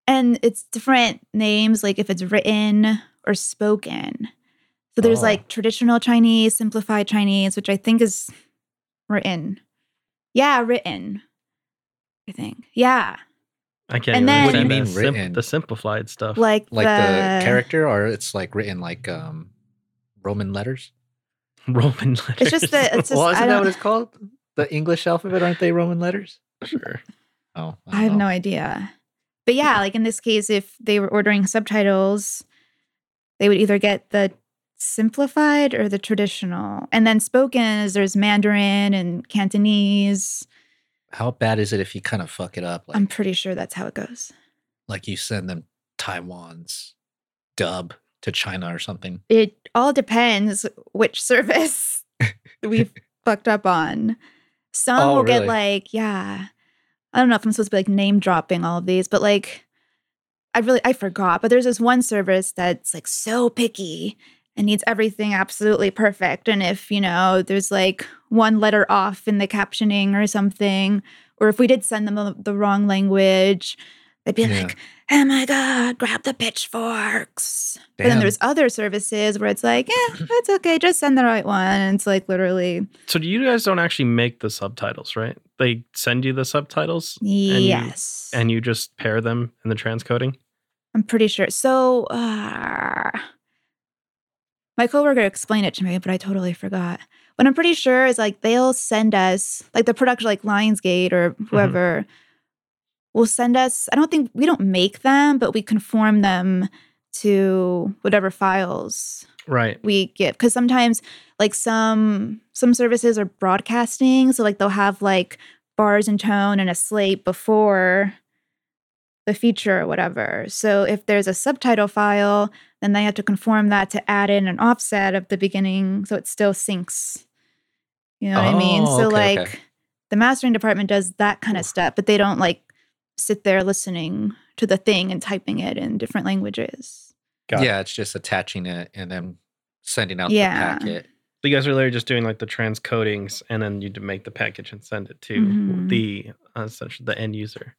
[SPEAKER 2] and it's different names like if it's written or spoken so there's
[SPEAKER 3] Oh.
[SPEAKER 2] like traditional chinese simplified chinese which i think is written yeah written i think yeah
[SPEAKER 1] I can't.
[SPEAKER 2] And
[SPEAKER 1] even
[SPEAKER 2] then-
[SPEAKER 1] what do you
[SPEAKER 3] What do you
[SPEAKER 1] mean
[SPEAKER 3] mean written?
[SPEAKER 1] the simplified stuff?
[SPEAKER 2] like
[SPEAKER 3] Like the character, or it's like written like um Roman letters?
[SPEAKER 1] Roman letters.
[SPEAKER 2] it's just that it's just
[SPEAKER 3] well,
[SPEAKER 2] I,
[SPEAKER 3] isn't that
[SPEAKER 2] don't,
[SPEAKER 3] what it's called? The English alphabet, aren't they Roman letters?
[SPEAKER 1] sure.
[SPEAKER 3] Oh,
[SPEAKER 2] I have
[SPEAKER 3] no
[SPEAKER 2] no idea but yeah like in this case if they were ordering subtitles they would either get the simplified or the traditional and then spoken is there's mandarin and cantonese
[SPEAKER 3] How bad is it if you kind of fuck it up? Like,
[SPEAKER 2] i'm pretty sure that's how it goes
[SPEAKER 3] like you send them Taiwan's dub to China or something.
[SPEAKER 2] it all depends which service we've fucked up on. Some
[SPEAKER 3] Oh,
[SPEAKER 2] will
[SPEAKER 3] really?
[SPEAKER 2] get like, yeah. I don't know if I'm supposed to be like name dropping all of these, but like I really I forgot. But there's this one service that's like so picky and needs everything absolutely perfect. And if, you know, there's like one letter off in the captioning or something, or if we did send them the, the wrong language, they'd be
[SPEAKER 3] Yeah.
[SPEAKER 2] like, oh my God, grab the pitchforks. But
[SPEAKER 3] Damn.
[SPEAKER 2] then there's other services where it's like, yeah, that's okay, just send the right one. And it's like literally,
[SPEAKER 1] So you guys don't actually make the subtitles, right? They send you the subtitles, you-
[SPEAKER 2] yes.
[SPEAKER 1] and you just pair them in the transcoding.
[SPEAKER 2] I'm pretty sure. So uh, my coworker explained it to me, but I totally forgot. What I'm pretty sure is like they'll send us like the production, like Lionsgate or whoever, will send us. I don't think we don't make them, but we conform them to whatever files
[SPEAKER 1] Right.
[SPEAKER 2] we get because sometimes like some some services are broadcasting so like they'll have like bars and tone and a slate before the feature or whatever so if there's a subtitle file then they have to conform that to add in an offset of the beginning so it still syncs you know what i mean
[SPEAKER 3] Oh,
[SPEAKER 2] so
[SPEAKER 3] okay,
[SPEAKER 2] like
[SPEAKER 3] okay.
[SPEAKER 2] the mastering department does that kind of stuff but they don't like sit there listening to the thing and typing it in different languages
[SPEAKER 1] Got it.
[SPEAKER 3] yeah, it's just attaching it and then sending out
[SPEAKER 2] Yeah.
[SPEAKER 3] the packet.
[SPEAKER 1] So you guys are literally just doing like the transcodings, and then you make the package and send it to
[SPEAKER 2] Mhm.
[SPEAKER 1] the uh, essentially the end user,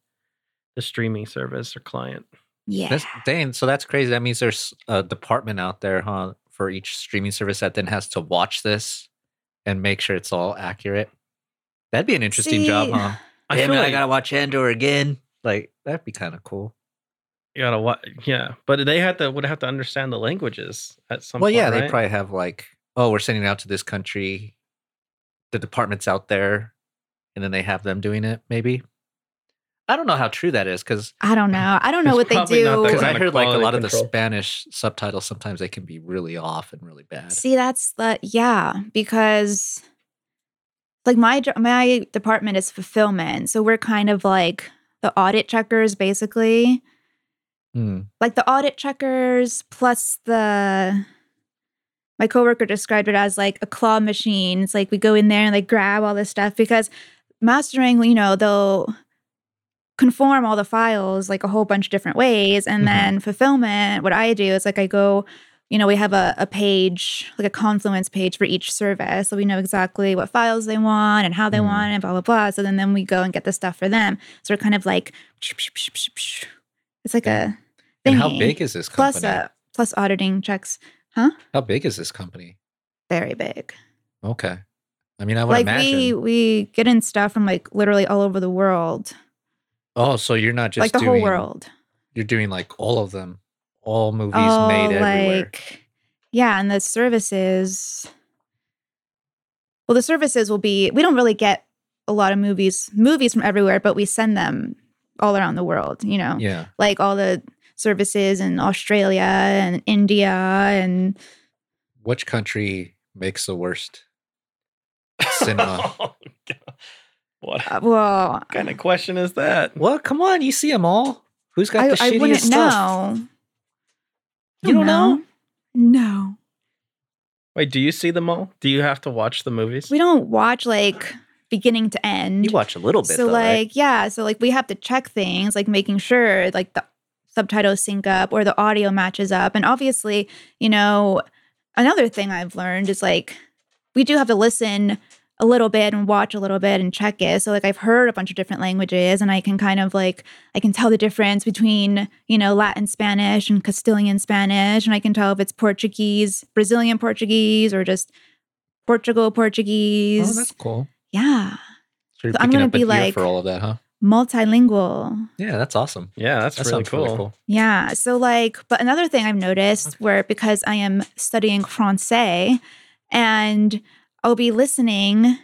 [SPEAKER 1] the streaming service or client.
[SPEAKER 2] yeah
[SPEAKER 3] That's dang. So that's crazy. That means there's a department out there, huh, for each streaming service that then has to watch this and make sure it's all accurate. That'd be an interesting job,
[SPEAKER 2] See,
[SPEAKER 3] huh?
[SPEAKER 1] I
[SPEAKER 3] Damn
[SPEAKER 1] feel
[SPEAKER 3] it,
[SPEAKER 1] like
[SPEAKER 3] I gotta watch Andor again. Like that'd be kind of cool.
[SPEAKER 1] you gotta wa- yeah, but they had to would have to understand the languages at some.
[SPEAKER 3] well,
[SPEAKER 1] point,
[SPEAKER 3] yeah, they
[SPEAKER 1] right?
[SPEAKER 3] probably have like, oh, we're sending it out to this country. The department's out there, and then they have them doing it. Maybe. I don't know how true that is because
[SPEAKER 2] I don't know. I don't know
[SPEAKER 1] It's
[SPEAKER 2] what they
[SPEAKER 1] probably not
[SPEAKER 2] do.
[SPEAKER 1] that
[SPEAKER 3] because
[SPEAKER 1] kind
[SPEAKER 3] I
[SPEAKER 1] of
[SPEAKER 3] heard like a
[SPEAKER 1] quality
[SPEAKER 3] lot of the
[SPEAKER 1] control.
[SPEAKER 3] Spanish subtitles sometimes they can be really off and really bad.
[SPEAKER 2] See, that's the yeah, because like my jo- my department is fulfillment, so we're kind of like the audit checkers, basically.
[SPEAKER 3] Hmm.
[SPEAKER 2] Like the audit checkers plus the my coworker described it as like a claw machine. It's like we go in there and like grab all this stuff because mastering, you know, they'll conform all the files like a whole bunch of different ways. And
[SPEAKER 3] Mhm.
[SPEAKER 2] then fulfillment, what I do is like I go, you know, we have a, a page, like a confluence page for each service. So we know exactly what files they want and how they
[SPEAKER 3] Mm.
[SPEAKER 2] want and blah, blah, blah. So then, then we go and get the stuff for them. So we're kind of like, it's like a thingy.
[SPEAKER 3] And how big is this company?
[SPEAKER 2] plus, uh, plus auditing checks.
[SPEAKER 3] how big is this company?
[SPEAKER 2] Very big.
[SPEAKER 3] Okay, I mean I would
[SPEAKER 2] like
[SPEAKER 3] imagine.
[SPEAKER 2] we we get in stuff from like literally all over the world
[SPEAKER 3] oh, so you're not just
[SPEAKER 2] like the
[SPEAKER 3] doing,
[SPEAKER 2] whole world
[SPEAKER 3] You're doing like all of them, all movies
[SPEAKER 2] oh
[SPEAKER 3] made everywhere.
[SPEAKER 2] like yeah and the services well the services will be we don't really get a lot of movies movies from everywhere but we send them all around the world you know
[SPEAKER 3] Yeah,
[SPEAKER 2] like all the services in australia and india and
[SPEAKER 3] which country makes the worst cinema?
[SPEAKER 1] Oh, God. What
[SPEAKER 2] uh, well
[SPEAKER 1] kind of question is that?
[SPEAKER 3] well, come on, you see them all. Who's got
[SPEAKER 2] I,
[SPEAKER 3] the
[SPEAKER 2] I
[SPEAKER 3] shittiest
[SPEAKER 2] wouldn't
[SPEAKER 3] stuff?
[SPEAKER 2] know
[SPEAKER 3] You don't know?
[SPEAKER 2] no
[SPEAKER 1] Wait, do you see them all? Do you have to watch the movies?
[SPEAKER 2] we don't watch like beginning to end
[SPEAKER 3] You watch a little bit,
[SPEAKER 2] so
[SPEAKER 3] though,
[SPEAKER 2] like
[SPEAKER 3] right?
[SPEAKER 2] yeah so like we have to check things like making sure like the subtitles sync up or the audio matches up and obviously you know another thing i've learned is like we do have to listen a little bit and watch a little bit and check it so like i've heard a bunch of different languages and i can kind of like i can tell the difference between you know latin spanish and castilian spanish and i can tell if it's portuguese brazilian portuguese or just portugal
[SPEAKER 3] Oh,
[SPEAKER 2] portuguese
[SPEAKER 3] that's cool.
[SPEAKER 2] yeah
[SPEAKER 3] So you're
[SPEAKER 2] So I'm
[SPEAKER 3] picking
[SPEAKER 2] gonna
[SPEAKER 3] up a
[SPEAKER 2] be
[SPEAKER 3] ear
[SPEAKER 2] like-
[SPEAKER 3] for all of that, huh?
[SPEAKER 2] multilingual
[SPEAKER 3] Yeah, that's awesome.
[SPEAKER 1] yeah, that's
[SPEAKER 3] That
[SPEAKER 1] really
[SPEAKER 3] sounds
[SPEAKER 1] cool.
[SPEAKER 3] really cool.
[SPEAKER 2] Yeah. So, like, but another thing I've noticed where because I am studying Francais and I'll be listening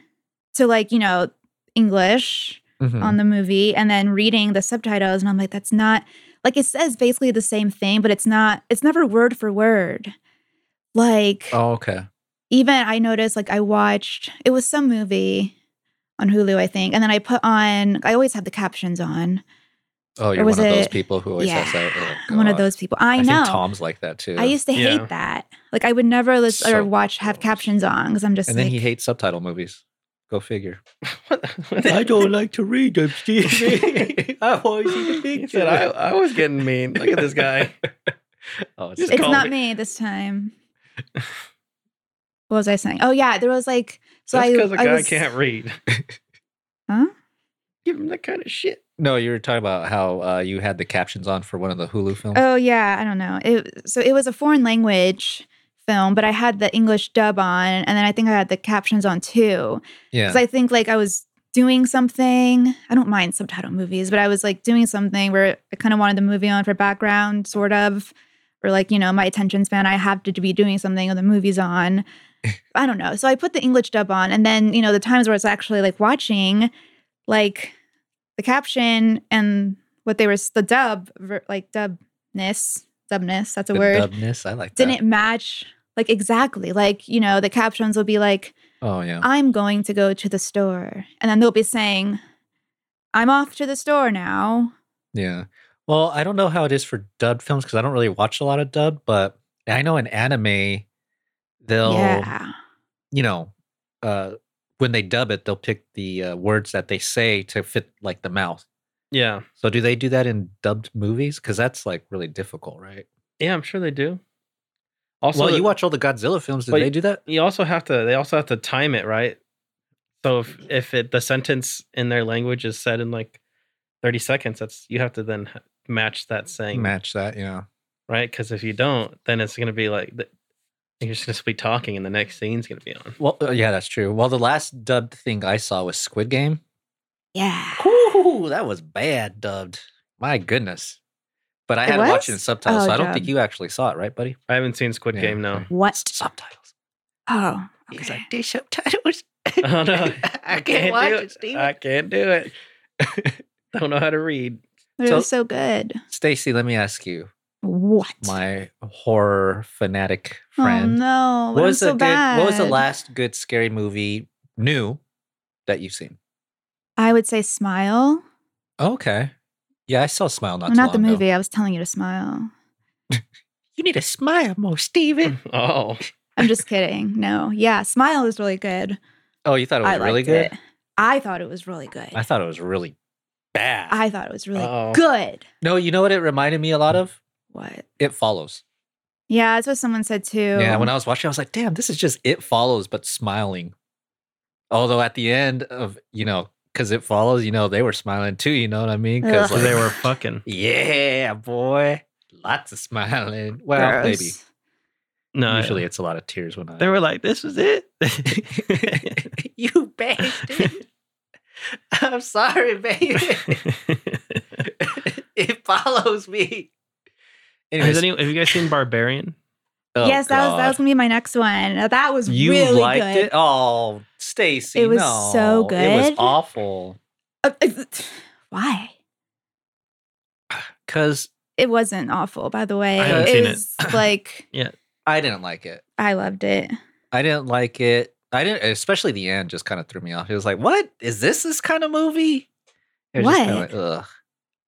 [SPEAKER 2] to, like, you know, English
[SPEAKER 3] Mhm.
[SPEAKER 2] on the movie and then reading the subtitles. And I'm like, that's not like it says basically the same thing, but it's not, it's never word for word. Like,
[SPEAKER 3] Oh, okay.
[SPEAKER 2] even I noticed like I watched it was some movie on Hulu, I think. And then I put on I always have the captions on.
[SPEAKER 3] Oh, you're
[SPEAKER 2] was
[SPEAKER 3] one of those
[SPEAKER 2] it-
[SPEAKER 3] people who always
[SPEAKER 2] yeah.
[SPEAKER 3] has that. Oh,
[SPEAKER 2] I'm one of
[SPEAKER 3] God.
[SPEAKER 2] those people. I, know.
[SPEAKER 3] think Tom's like that too.
[SPEAKER 2] I used to
[SPEAKER 1] Yeah.
[SPEAKER 2] hate that. Like I would never listen
[SPEAKER 3] So
[SPEAKER 2] or watch have
[SPEAKER 3] gross.
[SPEAKER 2] captions on because I'm just
[SPEAKER 3] and then
[SPEAKER 2] like,
[SPEAKER 3] he hates subtitle movies. Go figure.
[SPEAKER 1] I
[SPEAKER 3] like to read them, Steve. I always
[SPEAKER 1] He said, I, I was getting mean. Look at this guy.
[SPEAKER 3] oh, it's
[SPEAKER 1] Just
[SPEAKER 2] it's
[SPEAKER 1] call
[SPEAKER 2] not
[SPEAKER 1] it.
[SPEAKER 2] me this time. what was I saying? Oh yeah, there was like so
[SPEAKER 1] That's
[SPEAKER 2] I
[SPEAKER 1] because a
[SPEAKER 2] I
[SPEAKER 1] guy
[SPEAKER 2] was-
[SPEAKER 1] can't read.
[SPEAKER 2] Huh?
[SPEAKER 1] Give him that kind of shit.
[SPEAKER 3] no, you were talking about how uh, you had the captions on for one of the Hulu films.
[SPEAKER 2] Oh yeah, I don't know. It, so it was a foreign language film, but I had the English dub on, and then I think I had the captions on too.
[SPEAKER 3] yeah.
[SPEAKER 2] Because I think like I was doing something. I don't mind subtitle movies, but I was like doing something where I kind of wanted the movie on for background, sort of, or like you know my attention span. I have to be doing something, or the movie's on. I don't know. So I put the English dub on, and then you know the times where it's actually like watching, like the caption and what they were the dub ver- like dubness dubness that's a
[SPEAKER 3] the
[SPEAKER 2] word
[SPEAKER 3] dubness. I like
[SPEAKER 2] didn't
[SPEAKER 3] that.
[SPEAKER 2] match like exactly like you know the captions will be like
[SPEAKER 3] Oh, yeah.
[SPEAKER 2] I'm going to go to the store. And then they'll be saying, I'm off to the store now.
[SPEAKER 3] Yeah. Well, I don't know how it is for dubbed films because I don't really watch a lot of dub, but I know in anime, they'll,
[SPEAKER 2] Yeah.
[SPEAKER 3] you know, uh, when they dub it, they'll pick the uh, words that they say to fit like the mouth.
[SPEAKER 1] Yeah.
[SPEAKER 3] So do they do that in dubbed movies? Because that's like really difficult, right?
[SPEAKER 1] Yeah, I'm sure they do. Also,
[SPEAKER 3] well, you
[SPEAKER 1] watch.
[SPEAKER 3] watch all the Godzilla films. Did
[SPEAKER 1] but-
[SPEAKER 3] they do that?
[SPEAKER 1] you also have to they also have to time it right so if if it the sentence in their language is said in like 30 seconds that's you have to then h- match that saying
[SPEAKER 3] Match that, yeah.
[SPEAKER 1] right because if you don't then it's going to be like th- you're just going to be talking and the next scene's going to be on
[SPEAKER 3] Well, uh, yeah, that's true. Well, the last dubbed thing I saw was Squid Game.
[SPEAKER 2] Yeah.
[SPEAKER 3] Whoo, that was bad dubbed. My goodness. But I
[SPEAKER 2] It
[SPEAKER 3] had to watch it in
[SPEAKER 2] was?
[SPEAKER 3] subtitles,
[SPEAKER 2] Oh,
[SPEAKER 3] so I don't think
[SPEAKER 2] dubbed.
[SPEAKER 3] you actually saw it, right, buddy?
[SPEAKER 1] i haven't seen squid
[SPEAKER 3] Yeah,
[SPEAKER 1] game no
[SPEAKER 3] okay.
[SPEAKER 2] What?
[SPEAKER 3] Subtitles.
[SPEAKER 2] Oh.
[SPEAKER 3] Because
[SPEAKER 2] Okay.
[SPEAKER 3] I do subtitles.
[SPEAKER 1] Oh, no.
[SPEAKER 3] I can't,
[SPEAKER 1] do
[SPEAKER 3] watch
[SPEAKER 1] it.
[SPEAKER 3] it, Steven.
[SPEAKER 1] i can't do it don't know how to read.
[SPEAKER 2] They're
[SPEAKER 3] So-
[SPEAKER 2] so good.
[SPEAKER 3] Stacy, let me ask you,
[SPEAKER 2] What?
[SPEAKER 3] my horror fanatic
[SPEAKER 2] oh
[SPEAKER 3] friend.
[SPEAKER 2] no!
[SPEAKER 3] what was a
[SPEAKER 2] so
[SPEAKER 3] good what was the
[SPEAKER 2] bad.
[SPEAKER 3] last good scary movie new that you've seen?
[SPEAKER 2] I would say smile.
[SPEAKER 3] Okay. Yeah, I saw Smile not
[SPEAKER 2] Well,
[SPEAKER 3] too
[SPEAKER 2] not the
[SPEAKER 3] long ago.
[SPEAKER 2] movie. I was telling you to smile.
[SPEAKER 3] You need a smile more, Steven.
[SPEAKER 1] Oh,
[SPEAKER 2] I'm just kidding. No, yeah, smile is really good.
[SPEAKER 3] Oh, you thought it was
[SPEAKER 2] I
[SPEAKER 3] really
[SPEAKER 2] liked
[SPEAKER 3] good?
[SPEAKER 2] It. I thought it was really good.
[SPEAKER 3] I
[SPEAKER 2] I,
[SPEAKER 3] thought it was really bad.
[SPEAKER 2] thought it was really
[SPEAKER 1] Uh-oh.
[SPEAKER 2] good.
[SPEAKER 3] no, you know what it reminded me a lot of?
[SPEAKER 2] What?
[SPEAKER 3] It follows.
[SPEAKER 2] Yeah, that's what someone said too.
[SPEAKER 3] Yeah, when I was watching, I was like, damn, this is just it follows, but smiling. Although at the end of, you know, because it follows, you know, they were smiling too, you know what I mean? Because
[SPEAKER 2] Ugh.
[SPEAKER 1] so they were fucking.
[SPEAKER 3] yeah, boy, lots of smiling. Well, maybe.
[SPEAKER 2] Gross.
[SPEAKER 1] No,
[SPEAKER 3] Usually it's a lot of tears when I.
[SPEAKER 1] they Uh, were like, "This is it."
[SPEAKER 3] you baby. I'm sorry, baby. it follows me.
[SPEAKER 1] Has any, have you guys seen Barbarian?
[SPEAKER 3] oh,
[SPEAKER 2] yes, that was that
[SPEAKER 3] God.
[SPEAKER 2] was gonna be my next one. Now, That was
[SPEAKER 3] You
[SPEAKER 2] really
[SPEAKER 3] liked
[SPEAKER 2] good.
[SPEAKER 3] it? Oh, Stacy.
[SPEAKER 2] It was
[SPEAKER 3] no.
[SPEAKER 2] so
[SPEAKER 3] It was
[SPEAKER 2] good.
[SPEAKER 3] awful.
[SPEAKER 2] Uh, uh, Why?
[SPEAKER 3] Because
[SPEAKER 2] It wasn't awful, by the way.
[SPEAKER 1] I haven't
[SPEAKER 2] it
[SPEAKER 1] seen it.
[SPEAKER 2] was like
[SPEAKER 3] I didn't like it.
[SPEAKER 2] I loved it.
[SPEAKER 3] I didn't like it. I didn't, especially the end just kind of threw me off. It was like, what? Is this this kind of movie? It was just kinda
[SPEAKER 2] What?
[SPEAKER 3] like, Ugh.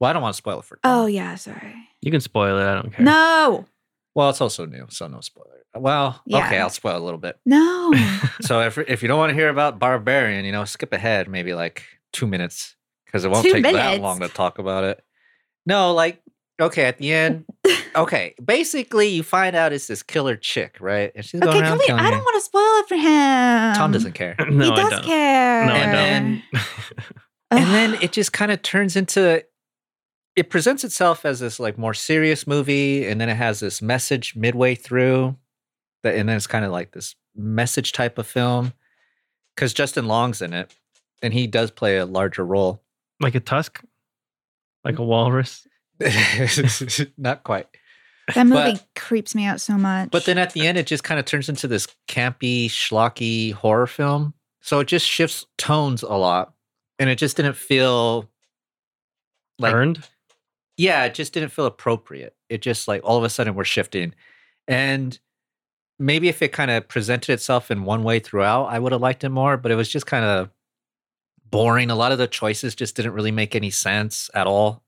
[SPEAKER 3] Well, I don't want to spoil it for
[SPEAKER 2] Oh
[SPEAKER 3] Tom.
[SPEAKER 2] yeah, sorry.
[SPEAKER 1] You can spoil it. I don't care.
[SPEAKER 2] No,
[SPEAKER 3] Well, it's also new, so no spoiler. Well, okay,
[SPEAKER 2] Yeah.
[SPEAKER 3] I'll spoil a little bit.
[SPEAKER 2] no.
[SPEAKER 3] so if if you don't want to hear about Barbarian, you know, skip ahead maybe like two minutes because it won't
[SPEAKER 2] Two
[SPEAKER 3] take that
[SPEAKER 2] minutes?
[SPEAKER 3] long to talk about it. No, like okay, at the end, okay, basically you find out it's this killer chick, right? And she's
[SPEAKER 2] okay,
[SPEAKER 3] going around
[SPEAKER 2] come here.
[SPEAKER 3] killing
[SPEAKER 2] I don't um
[SPEAKER 3] you.
[SPEAKER 2] want to spoil it for him.
[SPEAKER 3] Tom doesn't care.
[SPEAKER 1] no,
[SPEAKER 2] he
[SPEAKER 1] I
[SPEAKER 2] does
[SPEAKER 1] don't.
[SPEAKER 2] care.
[SPEAKER 1] No, I don't.
[SPEAKER 3] And and then it just kind of turns into it presents itself as this like more serious movie and then it has this message midway through that and then it's kind of like this message type of film because justin long's in it and he does play a larger role
[SPEAKER 1] Like a tusk, like a walrus.
[SPEAKER 3] not quite
[SPEAKER 2] that movie
[SPEAKER 3] but-
[SPEAKER 2] creeps me out so much.
[SPEAKER 3] but then at the end it just kind of turns into this campy schlocky horror film so it just shifts tones a lot and it just didn't feel like
[SPEAKER 1] Earned.
[SPEAKER 3] yeah, it just didn't feel appropriate. It just like all of a sudden we're shifting. And maybe if it kind of presented itself in one way throughout, I would have liked it more, but it was just kind of boring. A lot of the choices just didn't really make any sense at all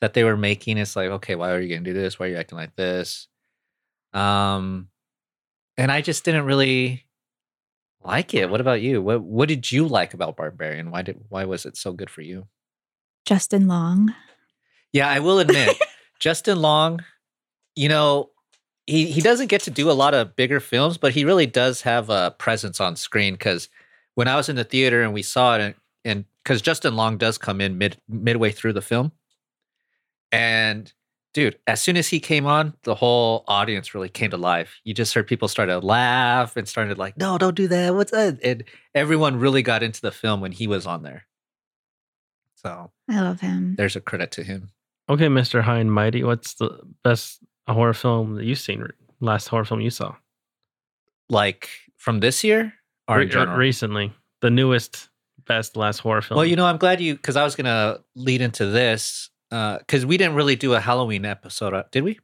[SPEAKER 3] that they were making. It's like, okay, why are you going to do this? Why are you acting like this? Um and I just didn't really like it. What about you? What what did you like about Barbarian? Why did why was it so good for you?
[SPEAKER 2] Justin Long.
[SPEAKER 3] Yeah, I will admit, Justin Long, you know, he, he doesn't get to do a lot of bigger films, but he really does have a presence on screen. Because when I was in the theater and we saw it, and because Justin Long does come in mid midway through the film, and dude, as soon as he came on, the whole audience really came to life. You just heard people start to laugh and started like, "No, don't do that. What's that?" And everyone really got into the film when he was on there. So
[SPEAKER 2] I love him.
[SPEAKER 3] there's a credit to him.
[SPEAKER 1] Okay, Mister High and Mighty. What's the best horror film that you've seen? Last horror film you saw
[SPEAKER 3] like from this year or in
[SPEAKER 1] Re- uh,
[SPEAKER 3] general?
[SPEAKER 1] recently? The newest, best last horror film.
[SPEAKER 3] well, you know, I'm glad you because I was gonna lead into this because we didn't really do a Halloween episode, uh, did we?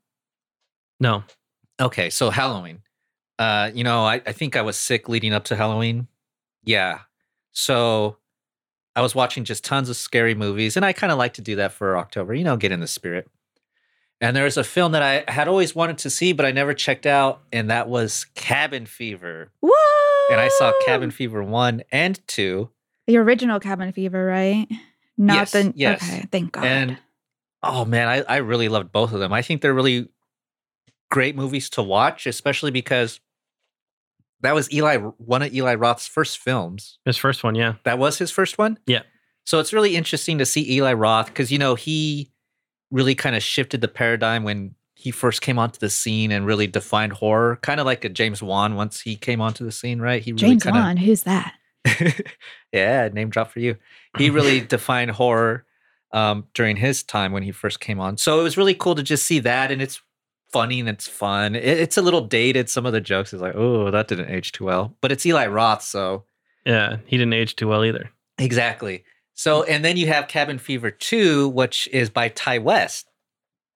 [SPEAKER 1] no.
[SPEAKER 3] Okay, so Halloween. Uh, you know, I, I think I was sick leading up to Halloween. Yeah, so I was watching just tons of scary movies, and I kind of like to do that for October. You know, get in the spirit. And there was a film that I had always wanted to see, but I never checked out, and that was Cabin Fever.
[SPEAKER 2] Woo!
[SPEAKER 3] And I saw Cabin Fever one and two.
[SPEAKER 2] The original Cabin Fever, right? Not
[SPEAKER 3] Yes,
[SPEAKER 2] the
[SPEAKER 3] yes.
[SPEAKER 2] okay. Thank God.
[SPEAKER 3] And oh man, I, I really loved both of them. I think they're really great movies to watch, especially because that was Eli one of Eli Roth's first films.
[SPEAKER 1] His first one, yeah.
[SPEAKER 3] That was his first one.
[SPEAKER 1] Yeah.
[SPEAKER 3] So it's really interesting to see Eli Roth because you know he really kind of shifted the paradigm when he first came onto the scene and really defined horror, kind of like a James Wan once he came onto the scene, right? He really
[SPEAKER 2] James
[SPEAKER 3] kind of
[SPEAKER 2] Wan, who's that?
[SPEAKER 3] yeah, name drop for you. He really defined horror um, during his time when he first came on. So it was really cool to just see that, and it's funny and it's fun. It- it's a little dated. Some of the jokes is like, oh, that didn't age too well, but it's Eli Roth, so
[SPEAKER 1] Yeah, he didn't age too well either.
[SPEAKER 3] exactly. So, and then you have Cabin Fever 2, which is by Ty West.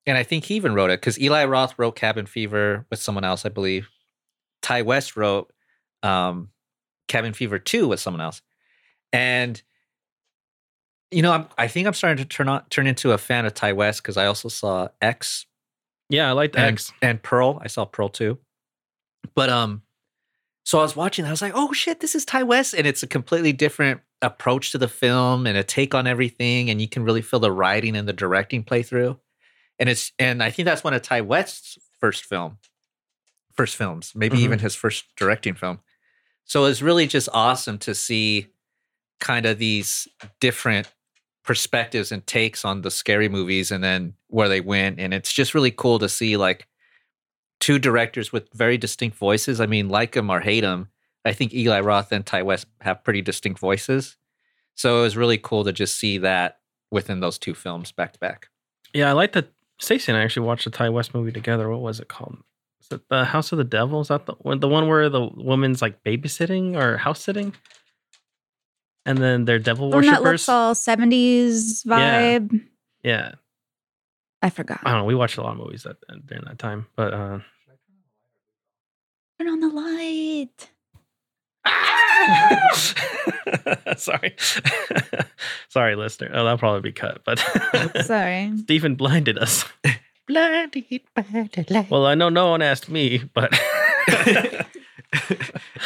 [SPEAKER 3] And I think he even wrote it because Eli Roth wrote Cabin Fever with someone else, I believe. Ty West wrote um, Cabin Fever 2 with someone else. And, you know, I'm, I think I'm starting to turn on, turn into a fan of Ty West because I also saw X
[SPEAKER 1] Yeah, I liked
[SPEAKER 3] and,
[SPEAKER 1] X.
[SPEAKER 3] and Pearl. I saw Pearl too. But um, so I was watching. I was like, oh shit, this is Ty West, and it's a completely different approach to the film and a take on everything, and you can really feel the writing and the directing play through. And it's and I think that's one of Ty West's first film, first films, maybe
[SPEAKER 1] Mhm.
[SPEAKER 3] even his first directing film. So it's really just awesome to see kind of these different perspectives and takes on the scary movies and then where they went. And it's just really cool to see like two directors with very distinct voices. I mean, like him or hate him, I think Eli Roth and Ty West have pretty distinct voices. So it was really cool to just see that within those two films back to back.
[SPEAKER 1] Yeah, I liked that. Stacey and I actually watched a Ty West movie together. What was it called? Is it the House of the Devil? Is that the one- the one where the woman's like babysitting or house sitting? And then they're devil
[SPEAKER 2] The one Oh, that looks
[SPEAKER 1] worshippers.
[SPEAKER 2] all 70s
[SPEAKER 1] Yeah. Uh-huh.
[SPEAKER 2] vibe.
[SPEAKER 1] Yeah,
[SPEAKER 2] I forgot.
[SPEAKER 1] I don't know. We watched a lot of movies that uh, during that time, but uh,
[SPEAKER 2] Turn on the light.
[SPEAKER 1] Sorry. Sorry, listener. Oh, that'll probably be cut, but
[SPEAKER 2] Sorry.
[SPEAKER 1] Stephen blinded us.
[SPEAKER 3] Blinded by the light.
[SPEAKER 1] Well, I know no one asked me, but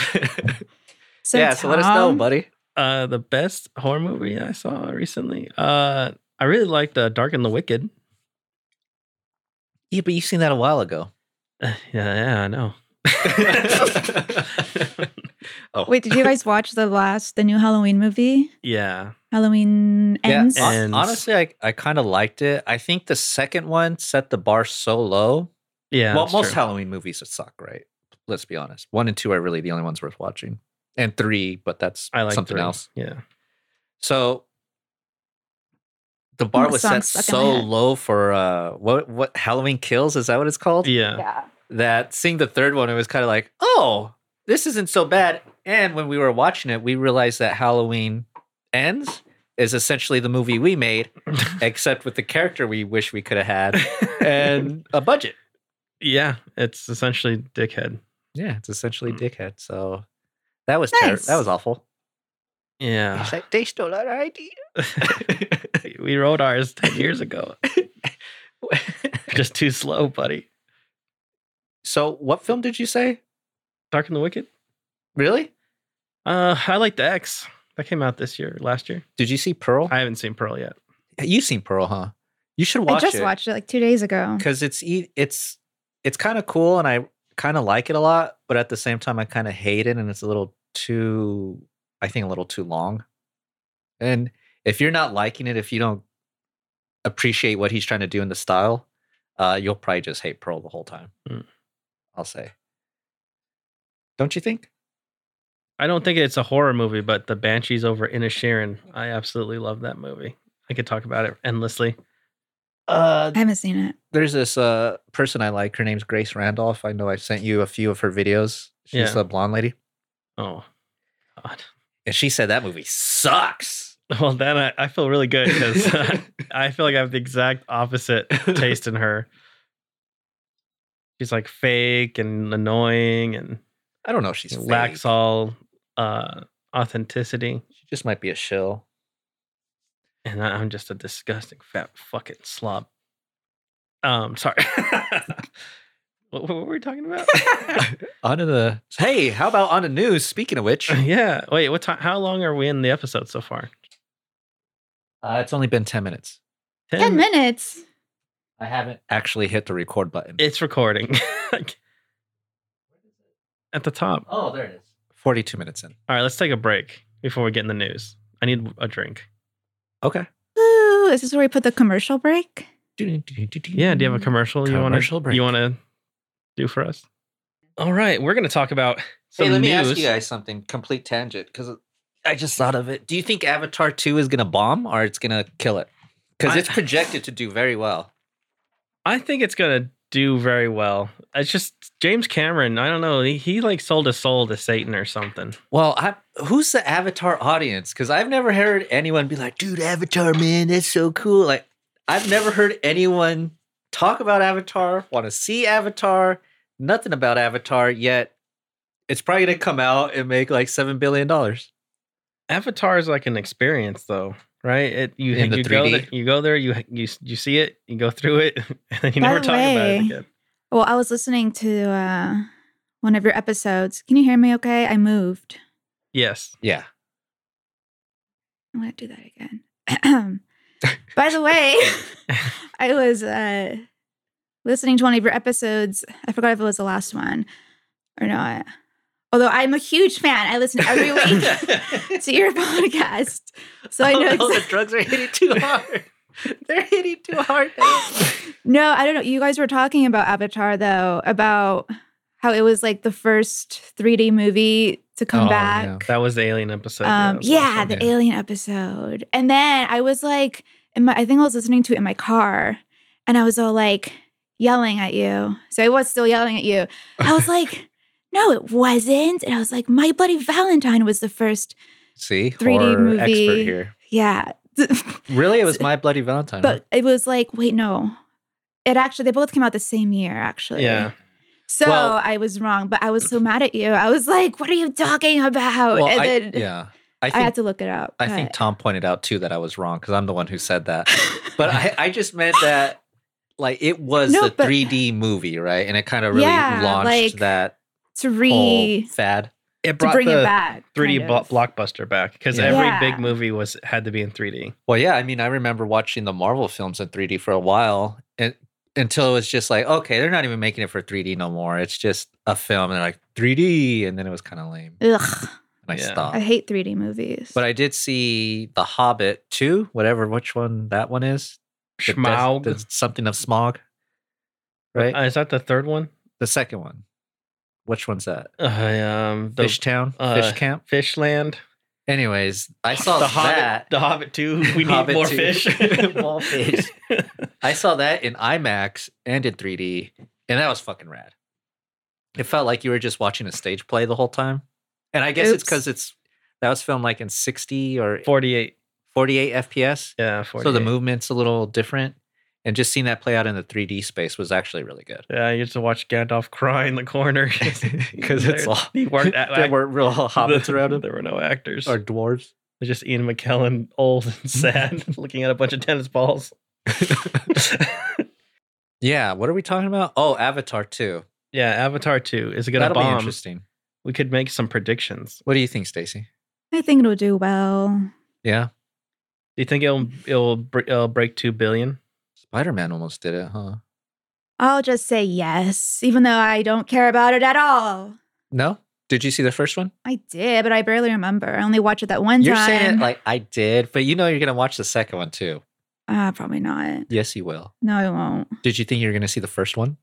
[SPEAKER 2] So
[SPEAKER 3] yeah, so let us know,
[SPEAKER 2] Tom,
[SPEAKER 3] buddy.
[SPEAKER 1] uh the best horror movie I saw recently. Uh I really liked uh, Dark and the Wicked.
[SPEAKER 3] Yeah, but you've seen that a while ago.
[SPEAKER 1] Uh, yeah, yeah, I know.
[SPEAKER 3] oh,
[SPEAKER 2] Wait, did you guys watch the last, the new Halloween movie?
[SPEAKER 1] Yeah.
[SPEAKER 2] Halloween ends.
[SPEAKER 1] and-
[SPEAKER 3] hon- honestly, I, I kind of liked it. I think the second one set the bar so low.
[SPEAKER 1] Yeah.
[SPEAKER 3] well,
[SPEAKER 1] that's
[SPEAKER 3] most
[SPEAKER 1] true.
[SPEAKER 3] Halloween movies would suck, right? Let's be honest. One and two are really the only ones worth watching, and three, but that's
[SPEAKER 1] I like
[SPEAKER 3] something
[SPEAKER 1] three.
[SPEAKER 3] else.
[SPEAKER 1] Yeah.
[SPEAKER 3] So the bar
[SPEAKER 2] that
[SPEAKER 3] was
[SPEAKER 2] song
[SPEAKER 3] set
[SPEAKER 2] stuck in my
[SPEAKER 3] so
[SPEAKER 2] head.
[SPEAKER 3] low for uh, what what Halloween Kills is that what it's called?
[SPEAKER 1] Yeah.
[SPEAKER 2] yeah.
[SPEAKER 3] that seeing the third one, it was kind of like, oh, this isn't so bad. And when we were watching it, we realized that Halloween Ends is essentially the movie we made, except with the character we wish we could have had and a budget.
[SPEAKER 1] yeah, it's essentially dickhead.
[SPEAKER 3] Yeah, it's essentially Dickhead. So that was ter-
[SPEAKER 2] Nice.
[SPEAKER 3] that was awful.
[SPEAKER 1] Yeah.
[SPEAKER 3] It's like, they stole our idea.
[SPEAKER 1] we wrote ours 10 years ago. Just too slow, buddy.
[SPEAKER 3] so what film did you say?
[SPEAKER 1] Dark and the Wicked?
[SPEAKER 3] Really?
[SPEAKER 1] Uh I liked X. That came out this year, last year.
[SPEAKER 3] Did you see Pearl?
[SPEAKER 1] I haven't seen Pearl yet.
[SPEAKER 3] you seen Pearl, huh? You should watch
[SPEAKER 2] I just
[SPEAKER 3] it.
[SPEAKER 2] watched it like two days ago.
[SPEAKER 3] because it's e- it's it's kind of cool and I kind of like it a lot, but at the same time I kind of hate it and it's a little too I think a little too long. And if you're not liking it, if you don't appreciate what he's trying to do in the style, uh, you'll probably just hate Pearl the whole time.
[SPEAKER 1] Mm.
[SPEAKER 3] I'll say. Don't you think?
[SPEAKER 1] I don't think it's a horror movie, but The Banshees over Inisherin. I absolutely love that movie. I could talk about it endlessly.
[SPEAKER 3] Uh,
[SPEAKER 2] I haven't seen it.
[SPEAKER 3] there's this uh, person I like. Her name's Grace Randolph. I know I've sent you a few of her videos. She's
[SPEAKER 1] Yeah.
[SPEAKER 3] a blonde lady,
[SPEAKER 1] Oh, God.
[SPEAKER 3] and she said that movie sucks.
[SPEAKER 1] Well, then I, I feel really good because I feel like I have the exact opposite taste in her. She's like fake and annoying and
[SPEAKER 3] I don't know if she's
[SPEAKER 1] lacks
[SPEAKER 3] fake.
[SPEAKER 1] all uh, authenticity.
[SPEAKER 3] She just might be a shill.
[SPEAKER 1] And I, I'm just a disgusting fat fucking slob. Um, sorry. what, what were we talking about?
[SPEAKER 3] Onto the hey, how about on the news? Speaking of which,
[SPEAKER 1] yeah. Wait. What time? How long are we in the episode so far?
[SPEAKER 3] uh, it's only been ten minutes.
[SPEAKER 1] Ten,
[SPEAKER 2] Ten minutes.
[SPEAKER 3] I haven't actually hit the record button.
[SPEAKER 1] It's recording. At the top.
[SPEAKER 3] oh, there it is. Forty-two minutes in.
[SPEAKER 1] All right. Let's take a break before we get in the news. I need a drink.
[SPEAKER 3] Okay.
[SPEAKER 2] Ooh, is this where we put the commercial break?
[SPEAKER 1] Yeah. Do you have a commercial, you want
[SPEAKER 3] Mm, Commercial
[SPEAKER 1] to
[SPEAKER 3] break.
[SPEAKER 1] you want to do for us? All right. We're gonna talk about some
[SPEAKER 3] Hey, let
[SPEAKER 1] news.
[SPEAKER 3] me ask you guys something. Complete tangent, because I just thought of it. Do you think Avatar Two is gonna bomb or it's gonna kill it? Because
[SPEAKER 1] I-
[SPEAKER 3] it's projected to do very well.
[SPEAKER 1] I think it's gonna do very well. It's just James Cameron. I don't know. He, he like sold his soul to Satan or something.
[SPEAKER 3] Well, I, who's the Avatar audience? Because I've never heard anyone be like, dude, Avatar, man, that's so cool. Like, I've never heard anyone talk about Avatar, want to see Avatar, nothing about Avatar, yet it's probably going to come out and make like $7 billion.
[SPEAKER 1] Avatar is like an experience, though, right? It you
[SPEAKER 3] In the
[SPEAKER 1] you go
[SPEAKER 3] 3D.
[SPEAKER 1] there, you go there, you you you see it, you go through it, and then you
[SPEAKER 2] By
[SPEAKER 1] never
[SPEAKER 2] the
[SPEAKER 1] talk about
[SPEAKER 2] way,
[SPEAKER 1] it again.
[SPEAKER 2] Well, I was listening to uh, one of your episodes. Can you hear me okay? I moved.
[SPEAKER 1] Yes,
[SPEAKER 3] Yeah.
[SPEAKER 2] I'm going to do that again. By the way, I was uh, listening to one of your episodes. I forgot if it was the last one or not. Although I'm a huge fan, I listen every week to your podcast. So I know.
[SPEAKER 3] Oh, no,
[SPEAKER 2] exactly.
[SPEAKER 3] the drugs are hitting too hard. They're hitting too hard.
[SPEAKER 2] no, I don't know. You guys were talking about Avatar though, about how it was like the first 3D movie to come
[SPEAKER 3] Oh,
[SPEAKER 2] back.
[SPEAKER 1] that was the alien episode.
[SPEAKER 2] Um,
[SPEAKER 1] that was
[SPEAKER 2] yeah,
[SPEAKER 1] awesome.
[SPEAKER 2] the
[SPEAKER 3] yeah.
[SPEAKER 2] alien episode. And then I was like, in my, I think I was listening to it in my car, and I was all like yelling at you. So I was still yelling at you. I was like, no, it wasn't. And I was like, my bloody Valentine was the first.
[SPEAKER 3] See,
[SPEAKER 2] 3D
[SPEAKER 3] horror expert
[SPEAKER 2] movie.
[SPEAKER 3] here.
[SPEAKER 2] Yeah.
[SPEAKER 3] Really, it was My Bloody Valentine. huh?
[SPEAKER 2] but it was like, wait, no. It actually, they both came out the same year, actually.
[SPEAKER 1] yeah.
[SPEAKER 2] So
[SPEAKER 3] Well-
[SPEAKER 2] I was wrong, but I was so mad at you. I was like, what are you talking about?
[SPEAKER 3] Well,
[SPEAKER 2] oh, and
[SPEAKER 3] I-
[SPEAKER 2] then
[SPEAKER 3] yeah, I
[SPEAKER 2] I
[SPEAKER 3] think
[SPEAKER 2] had to look it up.
[SPEAKER 3] I think Tom pointed out too that I was wrong because I'm the one who said that. But I, I just meant that like it was
[SPEAKER 2] No,
[SPEAKER 3] the
[SPEAKER 2] but-
[SPEAKER 3] 3D movie, right? And it kind of really
[SPEAKER 2] Yeah,
[SPEAKER 3] launched
[SPEAKER 2] like,
[SPEAKER 3] that
[SPEAKER 2] to
[SPEAKER 3] whole
[SPEAKER 2] re
[SPEAKER 3] fad.
[SPEAKER 1] It
[SPEAKER 2] to
[SPEAKER 1] brought
[SPEAKER 2] bring
[SPEAKER 1] the
[SPEAKER 2] it back.
[SPEAKER 1] 3D
[SPEAKER 2] kind
[SPEAKER 1] blo-
[SPEAKER 2] of.
[SPEAKER 1] blockbuster back because
[SPEAKER 3] Yeah.
[SPEAKER 1] every
[SPEAKER 2] Yeah.
[SPEAKER 1] big movie was had to be in 3D.
[SPEAKER 3] Well, yeah, I mean, I remember watching the Marvel films in 3D for a while, and until it was just like, okay, they're not even making it for 3D no more. It's just a film, and they're like 3D, and then it was kind of lame,
[SPEAKER 2] Ugh,
[SPEAKER 3] and I
[SPEAKER 1] Yeah.
[SPEAKER 3] stopped.
[SPEAKER 2] I hate 3D movies.
[SPEAKER 3] but I did see The Hobbit 2, whatever, which one that one is. The des-
[SPEAKER 1] Schmaug.
[SPEAKER 3] the something of smog, right?
[SPEAKER 1] Uh, is that the third one?
[SPEAKER 3] The second one. Which one's that?
[SPEAKER 1] Uh, um, the
[SPEAKER 3] Fish
[SPEAKER 1] fish,
[SPEAKER 3] Town?
[SPEAKER 1] uh,
[SPEAKER 3] Fish Camp?
[SPEAKER 1] land.
[SPEAKER 3] Anyways, I saw
[SPEAKER 1] the Hobbit.
[SPEAKER 3] that.
[SPEAKER 1] The Hobbit Two. We need
[SPEAKER 3] Hobbit
[SPEAKER 1] more
[SPEAKER 3] two.
[SPEAKER 1] fish.
[SPEAKER 3] More fish. I saw that in IMAX and in 3D, and that was fucking rad. It felt like you were just watching a stage play the whole time. And I guess it's
[SPEAKER 2] Oops.
[SPEAKER 3] because it's that was filmed like in 60 or
[SPEAKER 1] Forty-eight.
[SPEAKER 3] 48 FPS.
[SPEAKER 1] Yeah. 48.
[SPEAKER 3] So the movement's a little different. And just seeing that play out in the 3D space was actually really good.
[SPEAKER 1] Yeah, you used to watch Gandalf cry in the corner
[SPEAKER 3] Because it's
[SPEAKER 1] There-
[SPEAKER 3] all
[SPEAKER 1] he weren't at-
[SPEAKER 3] there weren't real hobbits around him
[SPEAKER 1] There were no actors.
[SPEAKER 3] or
[SPEAKER 1] Or,
[SPEAKER 3] dwarves.
[SPEAKER 1] just Ian McKellen, old and sad, looking at a bunch of tennis balls.
[SPEAKER 3] Yeah, what are we talking about? Oh, Avatar 2.
[SPEAKER 1] yeah, Avatar Two is gonna
[SPEAKER 3] That'll be
[SPEAKER 1] bomb.
[SPEAKER 3] interesting.
[SPEAKER 1] We could make some predictions.
[SPEAKER 3] What do you think, Stacy?
[SPEAKER 2] I think it'll do well.
[SPEAKER 3] Yeah,
[SPEAKER 1] Do you think it'll it'll, br- it'll break two billion?
[SPEAKER 3] Spider Man almost did it, huh?
[SPEAKER 2] I'll just say yes, even though I don't care about it at all.
[SPEAKER 3] No? Did you see the first one?
[SPEAKER 2] I did, but I barely remember. I only watched it that one
[SPEAKER 3] You're
[SPEAKER 2] time.
[SPEAKER 3] saying it like I did, but you know you're going to watch the second one too.
[SPEAKER 2] Ah, probably not.
[SPEAKER 3] Yes, you will.
[SPEAKER 2] No, I won't.
[SPEAKER 3] Did you think you were going to see the first one?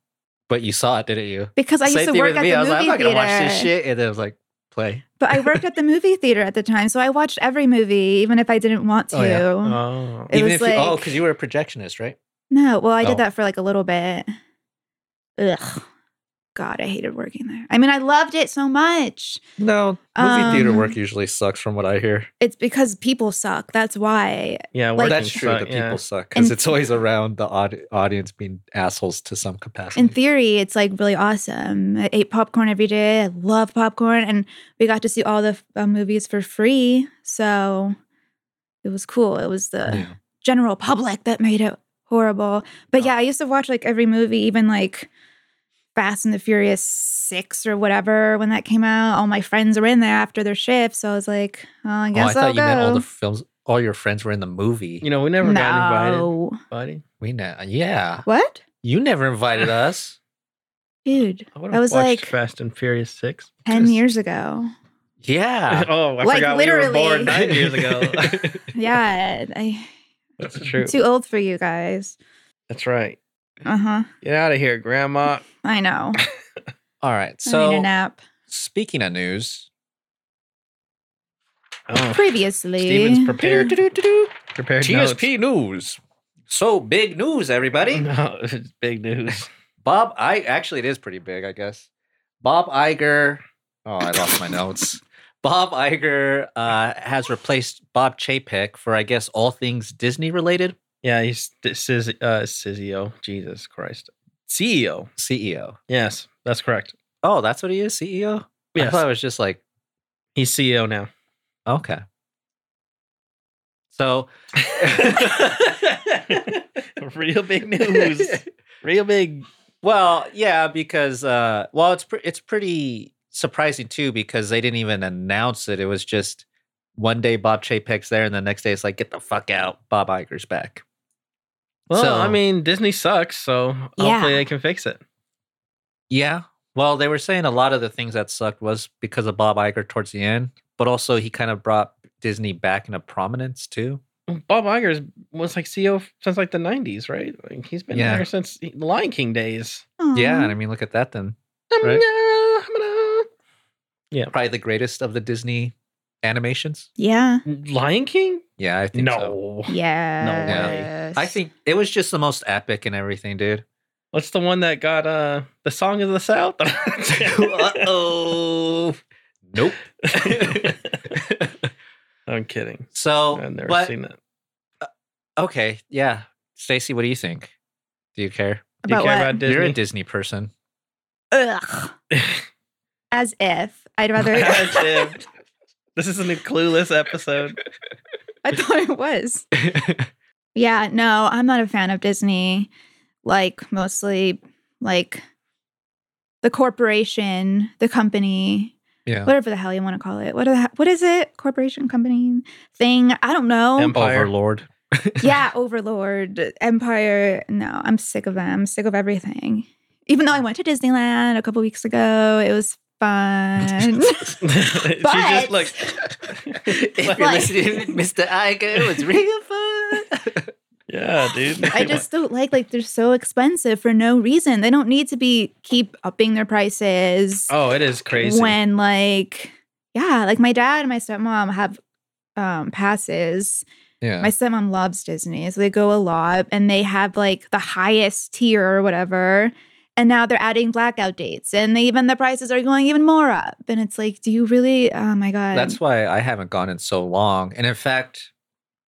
[SPEAKER 3] But you saw it, didn't you?
[SPEAKER 2] Because I used to work at the
[SPEAKER 3] I was
[SPEAKER 2] movie
[SPEAKER 3] like, I'm not
[SPEAKER 2] theater.
[SPEAKER 3] to watch this shit. And then I was like, play.
[SPEAKER 2] But I worked at the movie theater at the time, so I watched every movie, even if I didn't want to.
[SPEAKER 3] Oh, yeah.
[SPEAKER 1] Oh,
[SPEAKER 2] It
[SPEAKER 3] Even
[SPEAKER 2] was
[SPEAKER 3] if you, oh,
[SPEAKER 2] like-
[SPEAKER 3] because you were a projectionist, right?
[SPEAKER 2] No, well, I
[SPEAKER 3] Oh.
[SPEAKER 2] did that for like a little bit. Ugh. God, I hated working there. I mean, I loved it so much.
[SPEAKER 3] No,
[SPEAKER 2] movie theater Um, work
[SPEAKER 3] usually sucks from what I hear.
[SPEAKER 2] It's because people suck. That's why.
[SPEAKER 1] yeah.
[SPEAKER 2] Like-
[SPEAKER 1] working
[SPEAKER 3] That's true.
[SPEAKER 1] suck-
[SPEAKER 3] the people
[SPEAKER 1] yeah.
[SPEAKER 3] suck because
[SPEAKER 2] And-
[SPEAKER 3] it's always around the aud- audience being assholes to some capacity.
[SPEAKER 2] In theory, it's like really awesome. I ate popcorn every day. I love popcorn. And we got to see all the uh, movies for free. So it was cool. It was the
[SPEAKER 3] Yeah.
[SPEAKER 2] general public that made it horrible. But yeah, I used to watch like every movie, even like Fast and the Furious Six or whatever when that came out. All my friends were in there after their shift, so I was like, oh, I
[SPEAKER 3] Oh, I
[SPEAKER 2] guess
[SPEAKER 3] thought
[SPEAKER 2] I'll
[SPEAKER 3] you
[SPEAKER 2] go.
[SPEAKER 3] meant all the films, all your friends were in the movie.
[SPEAKER 1] You know, we never got invited,
[SPEAKER 2] no,
[SPEAKER 1] buddy.
[SPEAKER 3] we know, yeah,
[SPEAKER 2] what,
[SPEAKER 3] you never invited us.
[SPEAKER 2] dude?
[SPEAKER 1] I would've
[SPEAKER 2] That was
[SPEAKER 1] watched
[SPEAKER 2] like
[SPEAKER 1] Fast and Furious Six.
[SPEAKER 2] ten
[SPEAKER 3] Just-
[SPEAKER 2] years ago.
[SPEAKER 3] Yeah,
[SPEAKER 1] oh, I
[SPEAKER 2] Like,
[SPEAKER 1] forgot we
[SPEAKER 2] literally.
[SPEAKER 1] were born nine years ago.
[SPEAKER 2] Yeah, I,
[SPEAKER 1] That's
[SPEAKER 2] I'm
[SPEAKER 1] true.
[SPEAKER 2] too old for you guys.
[SPEAKER 1] That's right.
[SPEAKER 2] Uh huh.
[SPEAKER 1] Get out of here, Grandma.
[SPEAKER 2] I know.
[SPEAKER 3] All right.
[SPEAKER 2] I need a
[SPEAKER 3] So
[SPEAKER 2] nap.
[SPEAKER 3] speaking of news,
[SPEAKER 1] Oh,
[SPEAKER 2] Previously,
[SPEAKER 1] Steven's prepared.
[SPEAKER 3] do-do-do-do-do,
[SPEAKER 1] Prepared notes.
[SPEAKER 3] TSP news. So big news, everybody.
[SPEAKER 1] No, it's big news.
[SPEAKER 3] Bob I actually it is pretty big, I guess. Bob Iger. Oh, I lost my notes. Bob Iger uh, has replaced Bob Chapek for, I guess, all things Disney related
[SPEAKER 1] Yeah, he's this is uh CISIO. Jesus Christ. CEO.
[SPEAKER 3] CEO.
[SPEAKER 1] Yes, that's correct.
[SPEAKER 3] E Oh, that's what he is, CEO. I
[SPEAKER 1] Yes.
[SPEAKER 3] thought it was just like
[SPEAKER 1] He's CEO now.
[SPEAKER 3] okay. So
[SPEAKER 1] Real big news. Real big.
[SPEAKER 3] Well, yeah, because uh, well, it's pre- it's pretty surprising too because they didn't even announce it. It was just one day Bob Chapek's there, and the next day it's like, get the fuck out, Bob Iger's back.
[SPEAKER 1] Well,
[SPEAKER 3] So-
[SPEAKER 1] I mean, Disney sucks, so
[SPEAKER 2] Yeah.
[SPEAKER 1] hopefully they can fix it.
[SPEAKER 3] Yeah. Well, they were saying a lot of the things that sucked was because of Bob Iger towards the end, but also he kind of brought Disney back into prominence too.
[SPEAKER 1] Bob Iger was like CEO since like the 90s, right? Like, he's been
[SPEAKER 3] Yeah.
[SPEAKER 1] there since the Lion King days.
[SPEAKER 3] Yeah,
[SPEAKER 2] Aw.
[SPEAKER 3] and I mean, look at that then. Probably the greatest of the Disney animations.
[SPEAKER 2] Yeah.
[SPEAKER 1] Lion King?
[SPEAKER 3] Yeah, I think
[SPEAKER 1] No.
[SPEAKER 3] so.
[SPEAKER 2] Yes.
[SPEAKER 3] I think it was just the most epic and everything, dude.
[SPEAKER 1] What's the one that got uh the Song of the South?
[SPEAKER 3] oh. Nope.
[SPEAKER 1] I'm kidding.
[SPEAKER 3] so,
[SPEAKER 1] I've never
[SPEAKER 3] but,
[SPEAKER 1] seen that.
[SPEAKER 3] okay, yeah. Stacy, what do you think? Do you care?
[SPEAKER 1] Do you
[SPEAKER 2] About
[SPEAKER 1] care
[SPEAKER 2] what?
[SPEAKER 1] about Disney?
[SPEAKER 3] You're a Disney person.
[SPEAKER 2] Ugh. As if I'd rather.
[SPEAKER 1] Jim, this is a new clueless episode.
[SPEAKER 2] I thought it was. Yeah, no, I'm not a fan of Disney. Like mostly, like the corporation, the company,
[SPEAKER 3] yeah.
[SPEAKER 2] whatever the hell you want to call it. What are the, what is it? Corporation, company, thing? I don't know.
[SPEAKER 1] Empire.
[SPEAKER 3] Overlord.
[SPEAKER 2] yeah, overlord, empire. No, I'm sick of them. I'm sick of everything. Even though I went to Disneyland a couple weeks ago, it was fun.
[SPEAKER 1] she
[SPEAKER 2] But-
[SPEAKER 1] just like
[SPEAKER 3] if you're
[SPEAKER 2] Like-
[SPEAKER 3] listening, Mr. Iger, it was real fun.
[SPEAKER 1] yeah, dude.
[SPEAKER 2] I just don't like like they're so expensive for no reason. They don't need to be keep upping their prices.
[SPEAKER 1] oh, it is crazy.
[SPEAKER 2] When like yeah, like my dad and my stepmom have um passes.
[SPEAKER 3] yeah.
[SPEAKER 2] My stepmom loves Disney, so they go a lot and they have like the highest tier or whatever. And now they're adding blackout dates and they even the prices are going even more up. And it's like, do you really oh my god.
[SPEAKER 3] That's why I haven't gone in so long. And in fact,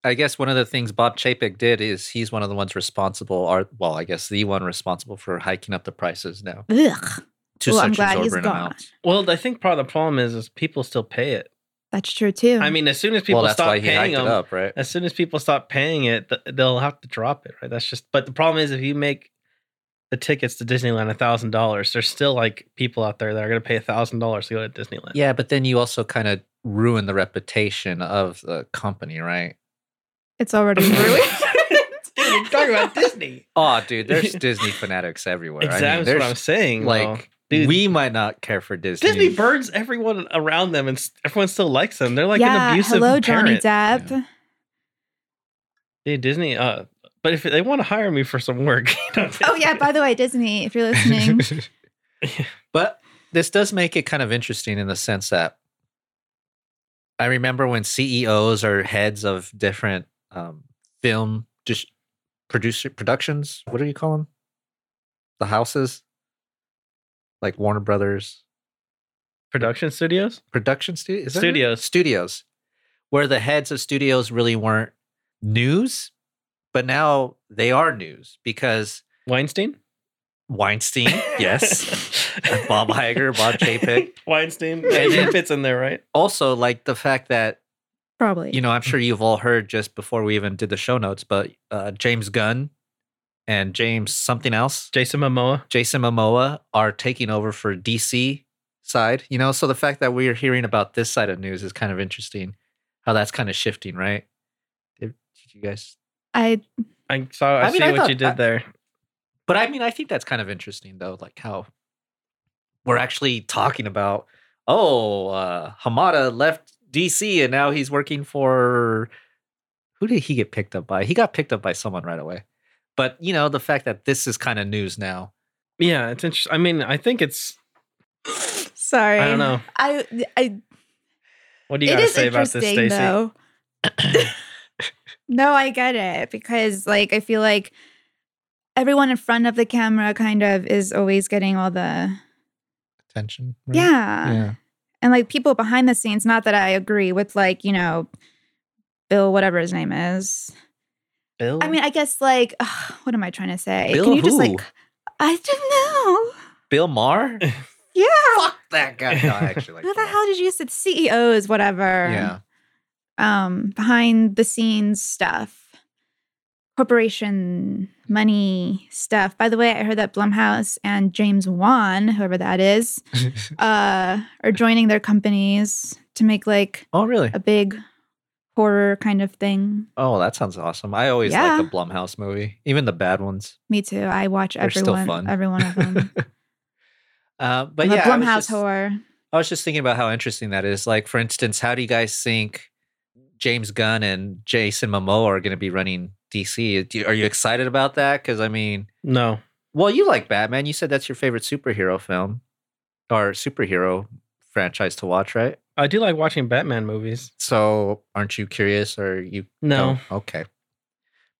[SPEAKER 3] I guess one of the things Bob Chapek did is he's one of the ones responsible, or well, I guess the one responsible for hiking up the prices now
[SPEAKER 2] Ugh,
[SPEAKER 3] to
[SPEAKER 2] Well, I'm
[SPEAKER 3] such
[SPEAKER 2] glad he's
[SPEAKER 3] exorbitant
[SPEAKER 2] gone.
[SPEAKER 3] amounts.
[SPEAKER 1] well, I think part of the problem is is people still pay it.
[SPEAKER 2] that's true too.
[SPEAKER 1] I mean, as soon as people
[SPEAKER 3] well, that's
[SPEAKER 1] stop
[SPEAKER 3] why he
[SPEAKER 1] paying uh,
[SPEAKER 3] hiked
[SPEAKER 1] them,
[SPEAKER 3] it up, right?
[SPEAKER 1] as soon as people stop paying it, th- they'll have to drop it, right? That's just. But the problem is, if you make the tickets to Disneyland a thousand dollars, there's still like people out there that are going to pay a thousand dollars to go to Disneyland.
[SPEAKER 3] Yeah, but then you also kind of ruin the reputation of the company, right?
[SPEAKER 2] it's already
[SPEAKER 1] Really?
[SPEAKER 2] ruined.
[SPEAKER 1] Dude, we're talking about Disney.
[SPEAKER 3] Oh, dude, there's Disney fanatics everywhere.
[SPEAKER 1] Exactly
[SPEAKER 3] I mean,
[SPEAKER 1] that's what
[SPEAKER 3] there's,
[SPEAKER 1] I'm saying. though.
[SPEAKER 3] like
[SPEAKER 1] Dude,
[SPEAKER 3] we might not care for Disney.
[SPEAKER 1] Disney burns everyone around them, and s- everyone still likes them. They're like an abusive
[SPEAKER 2] hello, Johnny
[SPEAKER 1] parent.
[SPEAKER 2] Depp.
[SPEAKER 1] Dude, Disney. Uh, but if they want to hire me for some work, you know,
[SPEAKER 2] Oh yeah, by the way, Disney, if you're listening,
[SPEAKER 3] But this does make it kind of interesting in the sense that I remember when CEOs or heads of different um, film dis- producer productions, what do you call them? The houses, like Warner Brothers
[SPEAKER 1] production studios.
[SPEAKER 3] production studio,
[SPEAKER 1] Studios.
[SPEAKER 3] studios, where the heads of studios really weren't news, but now they are news because
[SPEAKER 1] Weinstein.
[SPEAKER 3] Weinstein, yes, Bob Iger, Bob Chapek.
[SPEAKER 1] Weinstein.
[SPEAKER 3] And
[SPEAKER 1] he
[SPEAKER 3] then-
[SPEAKER 1] fits in there, right?
[SPEAKER 3] also like the fact that
[SPEAKER 2] probably.
[SPEAKER 3] you know i'm sure you've all heard just before we even did the show notes but uh, james gunn and james something else
[SPEAKER 1] Jason Momoa.
[SPEAKER 3] jason momoa are taking over for dc side you know so the fact that we're hearing about this side of news is kind of interesting how that's kind of shifting right did, did you guys
[SPEAKER 2] I
[SPEAKER 1] I saw. I,
[SPEAKER 3] I mean,
[SPEAKER 1] see
[SPEAKER 3] I
[SPEAKER 1] what
[SPEAKER 3] thought-
[SPEAKER 1] you did
[SPEAKER 3] I-
[SPEAKER 1] there.
[SPEAKER 3] but i mean i think that's kind of interesting though like how we're actually talking about oh uh hamada left dc and now he's working for who did he get picked up by he got picked up by someone right away but you know the fact that this is kind of news now
[SPEAKER 1] Yeah, it's interesting. I mean, I think it's.
[SPEAKER 2] sorry.
[SPEAKER 1] I don't know.
[SPEAKER 2] I I
[SPEAKER 1] What do you
[SPEAKER 2] it
[SPEAKER 1] got to
[SPEAKER 2] is
[SPEAKER 1] say about this, Stacy?
[SPEAKER 2] interesting though. no, I get it because like I feel like everyone in front of the camera kind of is always getting all the
[SPEAKER 3] Attention. right?
[SPEAKER 2] yeah.
[SPEAKER 3] Yeah.
[SPEAKER 2] and like people behind the scenes not that i agree with like you know bill whatever his name is
[SPEAKER 1] Bill.
[SPEAKER 2] i mean i guess like ugh, what am i trying to say
[SPEAKER 3] Bill
[SPEAKER 2] can you just
[SPEAKER 3] who?
[SPEAKER 2] like i don't know
[SPEAKER 3] Bill Maher?
[SPEAKER 2] yeah
[SPEAKER 3] Fuck that guy. No, I actually like
[SPEAKER 2] who the
[SPEAKER 3] Bill Maher.
[SPEAKER 2] hell did you say ceos E whatever
[SPEAKER 3] Yeah.
[SPEAKER 2] um behind the scenes stuff corporation money stuff by the way i heard that blumhouse and james wan whoever that is uh are joining their companies to make like
[SPEAKER 3] oh, really?
[SPEAKER 2] a big horror kind of thing.
[SPEAKER 3] Oh, that sounds awesome. I always
[SPEAKER 2] Yeah.
[SPEAKER 3] like the Blumhouse movie, even the bad ones.
[SPEAKER 2] Me too. I watch
[SPEAKER 3] They're still
[SPEAKER 2] everyone,
[SPEAKER 3] fun.
[SPEAKER 2] every one of them.
[SPEAKER 3] Uh, but
[SPEAKER 2] I'm
[SPEAKER 3] yeah,
[SPEAKER 2] a
[SPEAKER 3] I was
[SPEAKER 2] Blumhouse
[SPEAKER 3] just-
[SPEAKER 2] horror.
[SPEAKER 3] I was just thinking about how interesting that is. Like, for instance, how do you guys think James Gunn and Jason Momoa are going to be running DC? Do you- Are you excited about that? Because I mean,
[SPEAKER 1] no.
[SPEAKER 3] well, you like Batman. You said that's your favorite superhero film or superhero franchise to watch, right?
[SPEAKER 1] I do like watching Batman movies.
[SPEAKER 3] So, aren't you curious? Or you
[SPEAKER 1] No.
[SPEAKER 3] don't? Okay.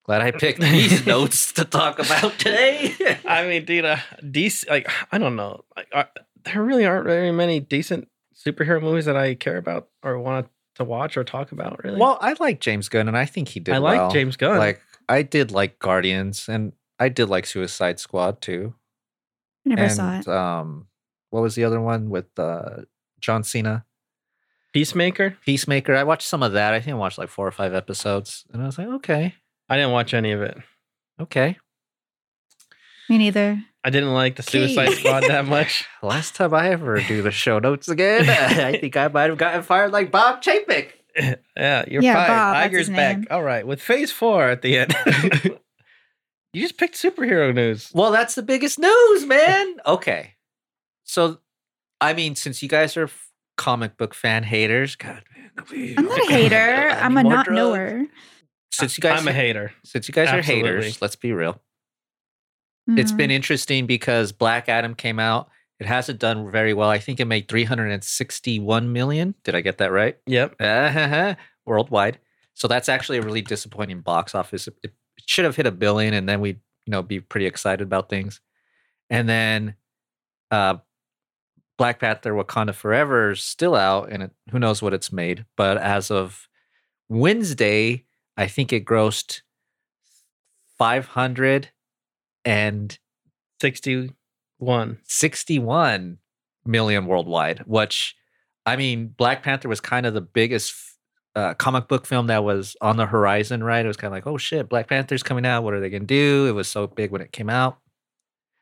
[SPEAKER 3] Glad I picked these notes to talk about today.
[SPEAKER 1] I mean, dude, uh, DC, like, I don't know. Like, I, there really aren't very many decent superhero movies that I care about or want to watch or talk about, really.
[SPEAKER 3] well, I like James Gunn, and I think he did.
[SPEAKER 1] I like
[SPEAKER 3] well.
[SPEAKER 1] James Gunn.
[SPEAKER 3] Like, I did like Guardians, and I did like Suicide Squad too.
[SPEAKER 2] I never
[SPEAKER 3] and,
[SPEAKER 2] saw it.
[SPEAKER 3] Um, what was the other one with uh, John Cena?
[SPEAKER 1] Peacemaker,
[SPEAKER 3] Peacemaker. I watched some of that. I think I watched like four or five episodes, and I was like, okay,
[SPEAKER 1] I didn't watch any of it.
[SPEAKER 3] okay.
[SPEAKER 2] Me neither.
[SPEAKER 1] I didn't like the Suicide
[SPEAKER 3] Gee.
[SPEAKER 1] Squad that much.
[SPEAKER 3] Last time I ever do the show notes again, I think I might have gotten fired like Bob Chapek.
[SPEAKER 1] Yeah, you're
[SPEAKER 2] Yeah,
[SPEAKER 1] fired.
[SPEAKER 2] Bob, that's
[SPEAKER 1] Iger's
[SPEAKER 2] his
[SPEAKER 1] back.
[SPEAKER 2] name.
[SPEAKER 1] All right, with Phase Four at the end. you just picked superhero news.
[SPEAKER 3] Well, that's the biggest news, man. Okay. So, I mean, since you guys are f- comic book fan haters, God, man, please.
[SPEAKER 2] I'm not a hater. I'm a
[SPEAKER 3] More
[SPEAKER 2] not
[SPEAKER 3] drugs.
[SPEAKER 2] knower.
[SPEAKER 3] Since you guys,
[SPEAKER 1] I'm a hater.
[SPEAKER 3] since you guys
[SPEAKER 1] Absolutely.
[SPEAKER 3] are haters, let's be real. It's
[SPEAKER 2] Mm.
[SPEAKER 3] been interesting because Black Adam came out. It hasn't done very well. I think it made 361 million. Did I get that right?
[SPEAKER 1] Yep.
[SPEAKER 3] Uh-huh. Worldwide. So that's actually a really disappointing box office. It, it should have hit a billion and then we'd, you know, be pretty excited about things. And then uh Black Panther Wakanda Forever is still out and it, who knows what it's made, but as of Wednesday, I think it grossed 500 and
[SPEAKER 1] Sixty-one.
[SPEAKER 3] 61 million worldwide, which I mean, Black Panther was kind of the biggest uh, comic book film that was on the horizon, right? It was kind of like, oh shit, Black Panther's coming out. What are they going to do? It was so big when it came out.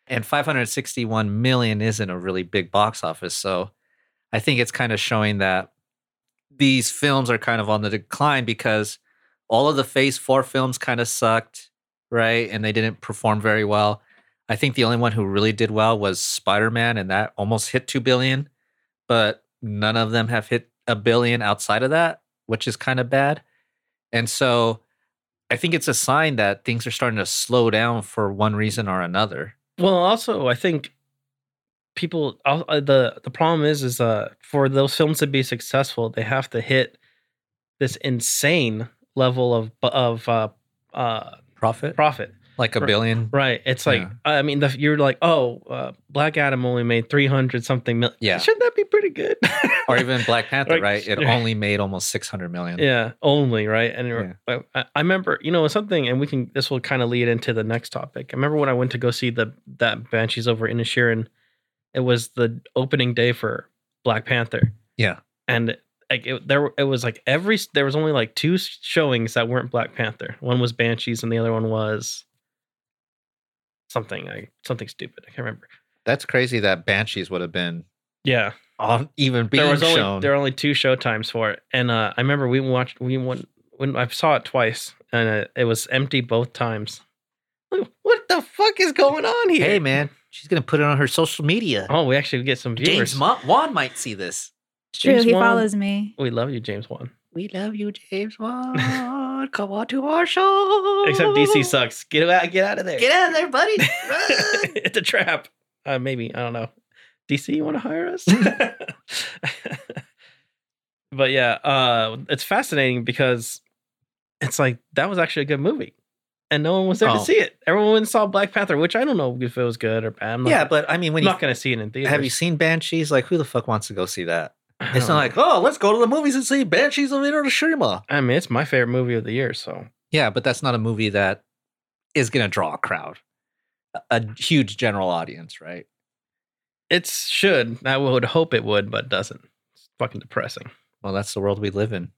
[SPEAKER 3] And 561 million isn't a really big box office. So I think it's kind of showing that these films are kind of on the decline because all of the phase four films kind of sucked, right? And they didn't perform very well. I think the only one who really did well was Spider Man, and that almost hit 2 billion, but none of them have hit a billion outside of that, which is kind of bad. And so I think it's a sign that things are starting to slow down for one reason or another.
[SPEAKER 1] Well, also, I think people al- uh, the the problem is is uh for those films to be successful, they have to hit this insane level of bu- of uh, uh,
[SPEAKER 3] Profit?
[SPEAKER 1] profit.
[SPEAKER 3] like a
[SPEAKER 1] Right.
[SPEAKER 3] billion.
[SPEAKER 1] Right. It's like
[SPEAKER 3] Mm-hmm. Yeah.
[SPEAKER 1] I mean, the, you're like, oh, uh, Black Adam only made three hundred something million.
[SPEAKER 3] Yeah.
[SPEAKER 1] shouldn't that be pretty good?
[SPEAKER 3] Or even Black Panther,
[SPEAKER 1] Like,
[SPEAKER 3] right? It
[SPEAKER 1] yeah.
[SPEAKER 3] only made almost 600 million.
[SPEAKER 1] yeah, only right. And you're- I, I remember, you know, something, and we can. This will kind of lead into the next topic. I remember when I went to go see the that Banshees over Inisherin. It was the opening day for Black Panther.
[SPEAKER 3] Yeah.
[SPEAKER 1] and like it, there, were- it was like every there was only like two showings that weren't Black Panther. One was Banshees, and the other one was something like something stupid. I can't remember.
[SPEAKER 3] That's crazy that Banshees would have been
[SPEAKER 1] Yeah,
[SPEAKER 3] on even being
[SPEAKER 1] there was only
[SPEAKER 3] shown.
[SPEAKER 1] there were only two show times for it, and uh, I remember we watched we went when I saw it twice, and uh, it was empty both times. Like, What the fuck is going on here?
[SPEAKER 3] hey, man, she's going to put it on her social media.
[SPEAKER 1] Oh, we actually get some viewers.
[SPEAKER 3] James Ma- Wan might see this.
[SPEAKER 2] It's true.
[SPEAKER 1] James
[SPEAKER 2] He
[SPEAKER 1] Wan-
[SPEAKER 2] follows me.
[SPEAKER 1] we love you, James Wan.
[SPEAKER 3] We love you, James Wan. Come on to our show.
[SPEAKER 1] Except DC sucks. Get out! Get out of there!
[SPEAKER 3] Get out of there, buddy. Run.
[SPEAKER 1] it's a trap. Uh, maybe I don't know. DC, you want to hire us? but yeah, uh, it's fascinating because it's like that was actually a good movie, and no one was there
[SPEAKER 3] Oh.
[SPEAKER 1] to see it. Everyone went and saw Black Panther, which I don't know if it was good or bad. I'm not,
[SPEAKER 3] yeah, but I mean,
[SPEAKER 1] I'm
[SPEAKER 3] when you
[SPEAKER 1] not going to see it in theaters.
[SPEAKER 3] have you seen Banshees, like who the fuck wants to go see that?
[SPEAKER 1] I don't
[SPEAKER 3] It's not
[SPEAKER 1] know.
[SPEAKER 3] like, oh, let's go to the movies and see Banshees of Shima.
[SPEAKER 1] I mean, it's my favorite movie of the year. So
[SPEAKER 3] Yeah, but that's not a movie that is going to draw a crowd, a- a huge general audience, right?
[SPEAKER 1] it should. I would hope it would, but it doesn't. It's fucking depressing.
[SPEAKER 3] Well, that's the world we live in.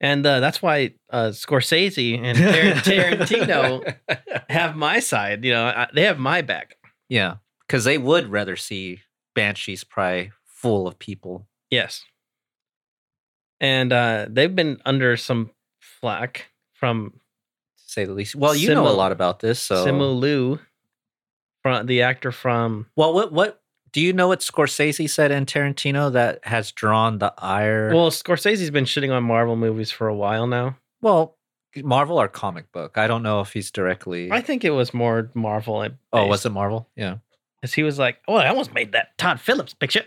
[SPEAKER 1] And uh, that's why uh, Scorsese and Tar- Tarantino have my side. You know, I, they have my back.
[SPEAKER 3] Yeah, because they would rather see Banshees probably full of people.
[SPEAKER 1] Yes. And uh, they've been under some flack from
[SPEAKER 3] to say the least. Well, you know a
[SPEAKER 1] Simu-
[SPEAKER 3] lot about this, so
[SPEAKER 1] Simu Liu, from the actor from.
[SPEAKER 3] well, what what do you know? What Scorsese said and Tarantino that has drawn the ire?
[SPEAKER 1] Well, Scorsese's been shitting on Marvel movies for a while now.
[SPEAKER 3] well, Marvel or comic book? I don't know if he's directly.
[SPEAKER 1] I think it was more Marvel. and
[SPEAKER 3] oh, was it Marvel? Yeah,
[SPEAKER 1] Because he was like, "Oh, I almost made that Todd Phillips picture,"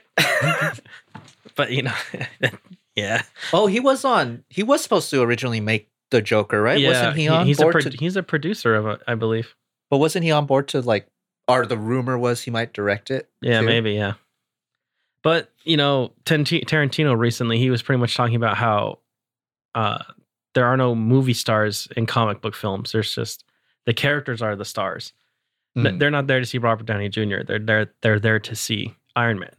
[SPEAKER 1] but you know, yeah,
[SPEAKER 3] Oh, he was on. He was supposed to originally make the Joker, right?
[SPEAKER 1] Yeah,
[SPEAKER 3] wasn't he on
[SPEAKER 1] he's
[SPEAKER 3] board?
[SPEAKER 1] a pro-
[SPEAKER 3] to,
[SPEAKER 1] he's a producer of it, I believe.
[SPEAKER 3] but wasn't he on board to like? Or the rumor was he might direct it.
[SPEAKER 1] Yeah,
[SPEAKER 3] too?
[SPEAKER 1] maybe, yeah. But you know, Tarant- Tarantino recently he was pretty much talking about how uh, there are no movie stars in comic book films. There's just the characters are the stars. Th-
[SPEAKER 3] Mm.
[SPEAKER 1] They're not there to see Robert Downey Jr. They're they're they're there to see Iron Man,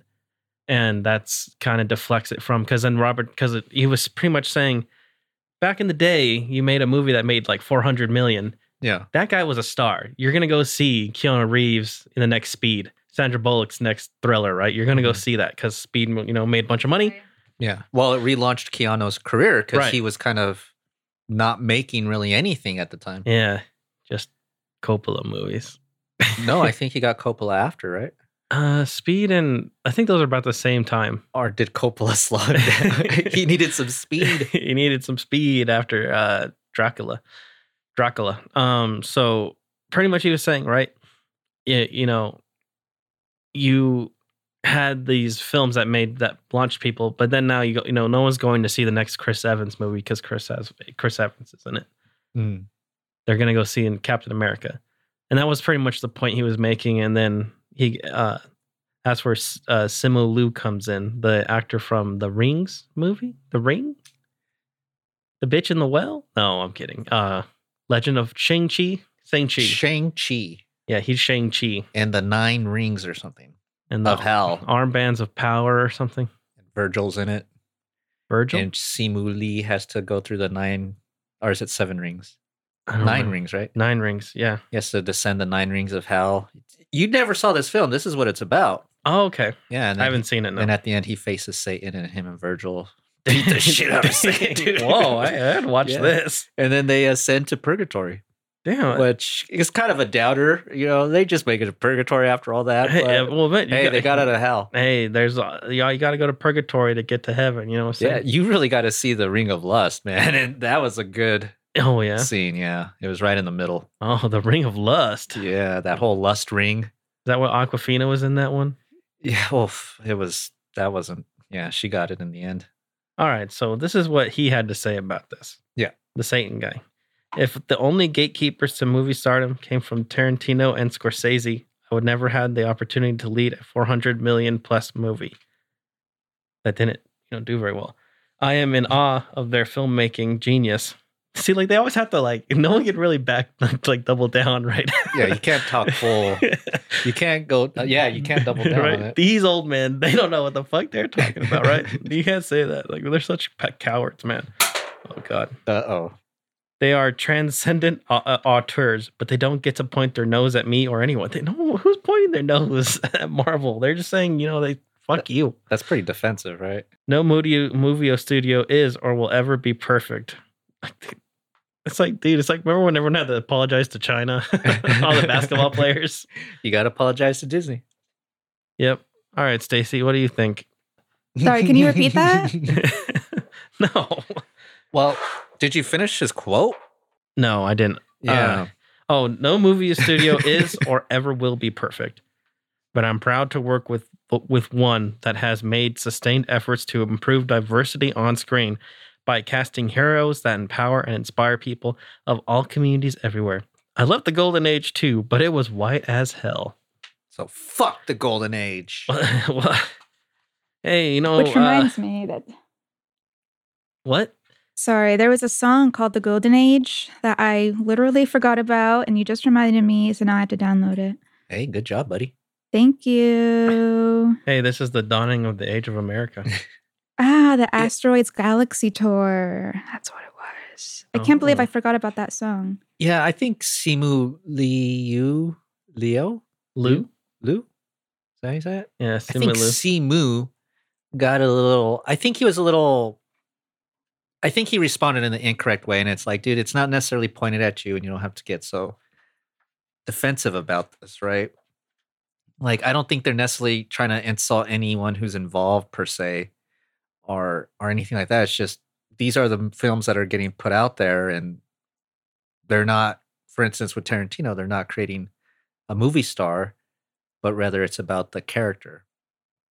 [SPEAKER 1] and that's kind of deflects it from because then Robert because he was pretty much saying back in the day you made a movie that made like 400 million
[SPEAKER 3] Yeah,
[SPEAKER 1] that guy was a star. You're gonna go see Keanu Reeves in the next Speed, Sandra Bullock's next Thriller, right? You're gonna go
[SPEAKER 3] Mhm.
[SPEAKER 1] see that because Speed, you know, made a bunch of money.
[SPEAKER 3] yeah. Well, it relaunched Keanu's career because
[SPEAKER 1] Right.
[SPEAKER 3] he was kind of not making really anything at the time.
[SPEAKER 1] Yeah, just Coppola movies.
[SPEAKER 3] no, I think he got Coppola after, right?
[SPEAKER 1] Uh, Speed and I think those are about the same time.
[SPEAKER 3] Or did Coppola slog? down? he needed some speed.
[SPEAKER 1] he needed some speed after uh, Dracula. Dracula. Um, so pretty much he was saying, right? You, you know, you had these films that made that launched people, but then now you go, you know, no one's going to see the next Chris Evans movie because Chris has Chris Evans is in it. They're gonna go see in Captain America, and that was pretty much the point he was making. And then he, uh, that's where S- uh, Simu Liu comes in, the actor from the Rings movie, The Ring, the bitch in the well. No, I'm kidding. Uh, Legend of Shang Chi, Shang Chi.
[SPEAKER 3] Shang Chi
[SPEAKER 1] Yeah, he's Shang Chi
[SPEAKER 3] and the Nine Rings or something
[SPEAKER 1] and the
[SPEAKER 3] of Hell.
[SPEAKER 1] armbands of power or something.
[SPEAKER 3] Virgil's in it,
[SPEAKER 1] Virgil.
[SPEAKER 3] and Simu Lee has to go through the nine, or is it seven rings?
[SPEAKER 1] I don't
[SPEAKER 3] Nine
[SPEAKER 1] remember.
[SPEAKER 3] rings, right?
[SPEAKER 1] Nine rings. Yeah.
[SPEAKER 3] He has to descend the nine rings of hell. You never saw this film. This is what it's about.
[SPEAKER 1] Oh, okay.
[SPEAKER 3] Yeah, and
[SPEAKER 1] I
[SPEAKER 3] then,
[SPEAKER 1] haven't seen it. No.
[SPEAKER 3] and at the end, he faces Satan, and him and Virgil beat the shit out of Satan. dude.
[SPEAKER 1] Whoa! I, I had to watch
[SPEAKER 3] Yeah.
[SPEAKER 1] this.
[SPEAKER 3] and then they ascend to purgatory.
[SPEAKER 1] Damn. it.
[SPEAKER 3] which is kind of a doubter. You know, they just make it a purgatory after all that.
[SPEAKER 1] Hey,
[SPEAKER 3] but,
[SPEAKER 1] yeah, well, man, you
[SPEAKER 3] hey, they got out of hell.
[SPEAKER 1] hey, there's a, you, know, you got to go to purgatory to get to heaven. You know what I'm
[SPEAKER 3] Yeah,
[SPEAKER 1] saying?
[SPEAKER 3] you really got to see the Ring of Lust, man. And that was a good
[SPEAKER 1] Oh yeah.
[SPEAKER 3] scene. Yeah, it was right in the middle.
[SPEAKER 1] Oh, the ring of lust. Is
[SPEAKER 3] Yeah, that whole lust ring.
[SPEAKER 1] that what Aquafina was in that one?
[SPEAKER 3] Yeah, oof, it was. That wasn't. Yeah, she got it in the end.
[SPEAKER 1] All right. So this is what he had to say about this.
[SPEAKER 3] Yeah.
[SPEAKER 1] The Satan guy. If the only gatekeepers to movie stardom came from Tarantino and Scorsese, I would never had the opportunity to lead a 400 million plus movie. That didn't, you know, do very well. I am in awe of their filmmaking genius. See, like they always have to like no one can really back like double down, right?
[SPEAKER 3] Yeah, you can't talk full. You can't go. uh,
[SPEAKER 1] Uh,
[SPEAKER 3] yeah, you can't double down
[SPEAKER 1] right?
[SPEAKER 3] on it.
[SPEAKER 1] These old men, they don't know what the fuck they're talking about, right? you can't say that. Like they're such pa- cowards, man. Oh god.
[SPEAKER 3] Uh oh.
[SPEAKER 1] They are transcendent au- uh, auteurs, but they don't get to point their nose at me or anyone. They know who's pointing their nose at Marvel. They're just saying, you know, they fuck you.
[SPEAKER 3] That's pretty defensive, right?
[SPEAKER 1] No movie movie studio is or will ever be perfect. It's like, dude, it's like remember when everyone had to apologize to China, all the basketball players.
[SPEAKER 3] You got to apologize to Disney.
[SPEAKER 1] Yep. All right, Stacy, what do you think?
[SPEAKER 2] Sorry, can you repeat that?
[SPEAKER 1] no.
[SPEAKER 3] Well, did you finish his quote? Uh,
[SPEAKER 1] No, I didn't. Yeah. Oh, no movie studio is or ever will be perfect. But I'm proud to work with with one that has made sustained efforts to improve diversity on screen by casting heroes that empower and inspire people of all communities everywhere. I love the Golden Age too, but it was white as hell.
[SPEAKER 3] So fuck the golden age.
[SPEAKER 1] Well, hey, you know
[SPEAKER 2] Which
[SPEAKER 1] uh,
[SPEAKER 2] reminds me that
[SPEAKER 1] what?
[SPEAKER 2] sorry, there was a song called The Golden Age that I literally forgot about and you just reminded me, so now I have to download it.
[SPEAKER 3] Hey, good job, buddy.
[SPEAKER 2] Thank you.
[SPEAKER 1] Hey, this is the dawning of the Age of America.
[SPEAKER 2] Ah, the Asteroids Galaxy Tour. That's what it was. I can't believe
[SPEAKER 1] Oh.
[SPEAKER 2] I forgot about that song.
[SPEAKER 3] Yeah, I think Simu Liu Leo
[SPEAKER 1] Lou?
[SPEAKER 3] Liu. Is that how you say it?
[SPEAKER 1] Yeah,
[SPEAKER 3] I think
[SPEAKER 1] Simulu.
[SPEAKER 3] Simu got a little. I think he was a little. I think he responded in the incorrect way, and it's like, dude, it's not necessarily pointed at you, and you don't have to get so defensive about this, right? Like, I don't think they're necessarily trying to insult anyone who's involved per se, or or anything like that. It's just these are the films that are getting put out there, and they're not. For instance, with Tarantino, they're not creating a movie star, but rather it's about the character.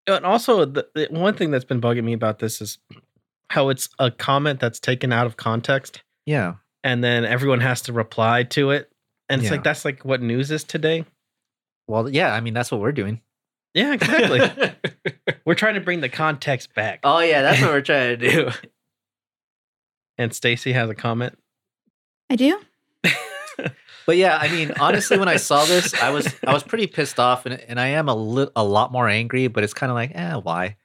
[SPEAKER 1] And also, the, the one thing that's been bugging me about this is how it's a comment that's taken out of context,
[SPEAKER 3] Yeah.
[SPEAKER 1] and then everyone has to reply to it, and it's
[SPEAKER 3] Yeah.
[SPEAKER 1] like that's like what news is today.
[SPEAKER 3] Well, yeah, I mean that's what we're doing.
[SPEAKER 1] Yeah, exactly. We're trying to bring the context back.
[SPEAKER 3] oh yeah, that's what we're trying to do.
[SPEAKER 1] And Stacy has a comment.
[SPEAKER 2] I do?
[SPEAKER 3] But yeah, I mean honestly when I saw this, I was I was pretty pissed off and and I am a li- a lot more angry, but it's kind of like, "Eh, why?"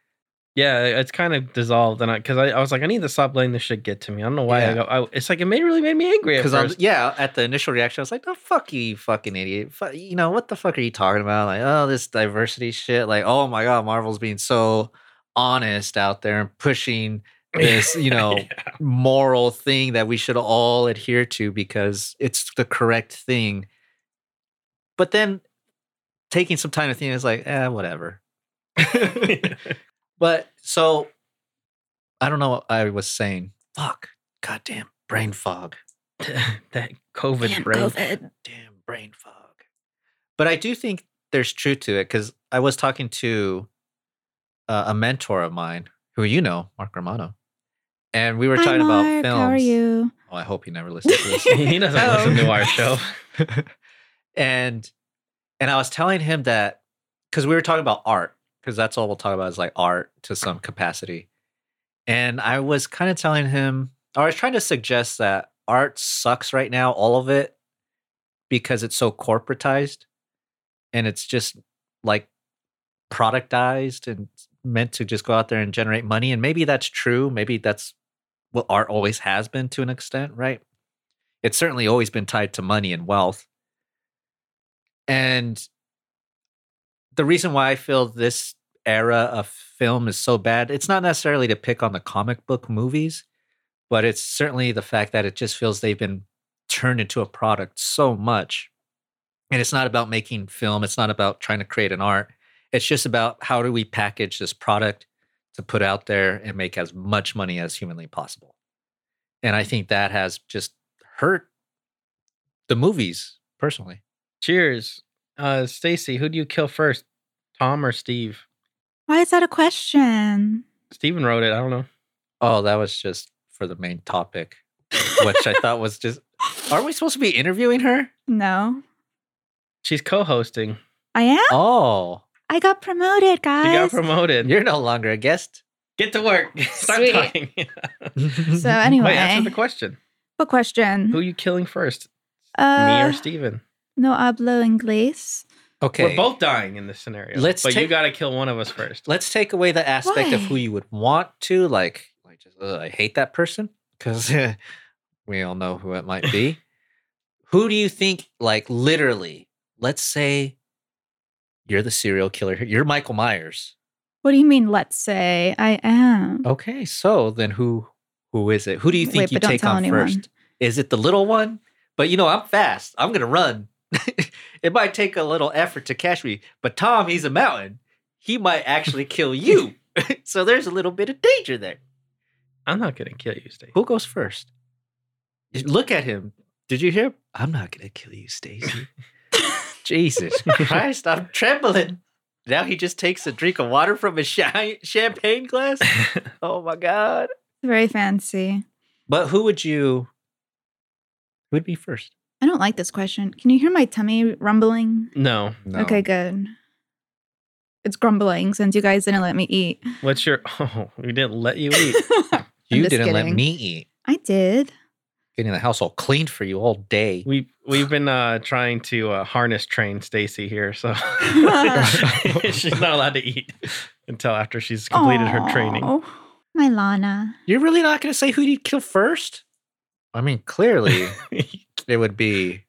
[SPEAKER 1] Yeah, it's kind of dissolved, and I because I, I was like, I need to stop letting this shit get to me. I don't know why. I
[SPEAKER 3] Yeah.
[SPEAKER 1] go, I, it's like it made really made me angry at
[SPEAKER 3] Cuz I'm
[SPEAKER 1] first.
[SPEAKER 3] yeah, at the initial reaction I was like, "No, fuck you, you fucking idiot. Fu- you know, what the fuck are you talking about? Like, oh, this diversity shit. Like, oh my god, Marvel's being so honest out there and pushing this, you know,
[SPEAKER 1] Yeah.
[SPEAKER 3] moral thing that we should all adhere to because it's the correct thing. But then taking some time to think, it's like, eh, whatever. But so I don't know what I was saying. Fuck. Goddamn brain fog.
[SPEAKER 1] that COVID brain.
[SPEAKER 3] Damn brain fog. But I do think there's truth to it because I was talking to uh, a mentor of mine who you know, Mark Romano. And we were
[SPEAKER 2] Hi,
[SPEAKER 3] talking about
[SPEAKER 2] Mark.
[SPEAKER 3] films.
[SPEAKER 2] How are you?
[SPEAKER 3] Oh, I hope he never listens to this.
[SPEAKER 1] he doesn't
[SPEAKER 2] Oh.
[SPEAKER 1] listen to our show.
[SPEAKER 3] and and I was telling him that because we were talking about art, because that's all we'll talk about is like art to some capacity. And I was kind of telling him, or I was trying to suggest that art sucks right now, all of it, because it's so corporatized and it's just like productized and meant to just go out there and generate money. And maybe that's true. Maybe that's what art always has been to an extent, right? It's certainly always been tied to money and wealth. And the reason why I feel this era of film is so bad, it's not necessarily to pick on the comic book movies, but it's certainly the fact that it just feels they've been turned into a product so much. And it's not about making film, it's not about trying to create an art. It's just about how do we package this product to put out there and make as much money as humanly possible. And I think that has just hurt the movies personally.
[SPEAKER 1] Cheers. Uh Stacy, who do you kill first? Tom or Steve?
[SPEAKER 2] Why is that a question?
[SPEAKER 1] Steven wrote it. I don't know.
[SPEAKER 3] Oh, that was just for the main topic, which I thought was just. Are we supposed to be interviewing her?
[SPEAKER 2] No.
[SPEAKER 1] She's co-hosting.
[SPEAKER 2] I am?
[SPEAKER 3] Oh,
[SPEAKER 2] I got promoted,
[SPEAKER 1] She
[SPEAKER 2] guys.
[SPEAKER 1] got promoted.
[SPEAKER 3] you're no longer a guest.
[SPEAKER 1] Get to work. Stop
[SPEAKER 2] Sweet.
[SPEAKER 1] talking.
[SPEAKER 2] so anyway,
[SPEAKER 1] Wait, answer the question.
[SPEAKER 2] what question?
[SPEAKER 1] Who are you killing first? Me
[SPEAKER 2] Mm-hmm. uh,
[SPEAKER 1] or Steven?
[SPEAKER 2] no hablo inglés.
[SPEAKER 3] okay,
[SPEAKER 1] We're both dying in this scenario.
[SPEAKER 3] Let's
[SPEAKER 1] but you
[SPEAKER 3] take-
[SPEAKER 1] gotta kill one of us first.
[SPEAKER 3] let's take away the aspect of who
[SPEAKER 2] Why?
[SPEAKER 3] you would want to like. Like, just ugh, I hate that person because we all know who it might be. who do you think? Like, literally, let's say you're the serial killer. here. You're Michael Myers.
[SPEAKER 2] What do you mean? Let's say I am.
[SPEAKER 1] Oh.
[SPEAKER 3] Okay, so then who who is it? Who do you think
[SPEAKER 2] Wait,
[SPEAKER 3] you
[SPEAKER 2] but don't
[SPEAKER 3] take
[SPEAKER 2] tell
[SPEAKER 3] on
[SPEAKER 2] anyone.
[SPEAKER 3] first? Is it the little one? But you know, I'm fast. I'm gonna run. it might take a little effort to catch me, but Tom, he's a mountain. He might actually kill you. so there's a little bit of danger there.
[SPEAKER 1] I'm not gonna kill you, Stacy.
[SPEAKER 3] Who goes first? You Look at him. Did you hear? I'm not gonna kill you, Stacy. Jesus Christ, I'm trembling. Now he just takes a drink of water from his shi- champagne glass. Oh my god.
[SPEAKER 2] Very fancy.
[SPEAKER 3] But who would you? Who would be first?
[SPEAKER 2] I don't like this question. Can you hear my tummy rumbling?
[SPEAKER 1] No.
[SPEAKER 3] No.
[SPEAKER 2] Okay, good. It's grumbling since you guys didn't let me eat.
[SPEAKER 1] What's your? Oh, we didn't let you eat.
[SPEAKER 3] You
[SPEAKER 2] just
[SPEAKER 3] didn't let
[SPEAKER 2] kidding.
[SPEAKER 3] me eat.
[SPEAKER 2] I did.
[SPEAKER 3] Getting the household cleaned for you all day.
[SPEAKER 1] We we've been uh, trying to uh, harness train Stacy here, so she's not allowed to eat until after she's completed her training.
[SPEAKER 2] Aw, My Lana.
[SPEAKER 3] You're really not going to say who you'd kill first? I mean, clearly it would be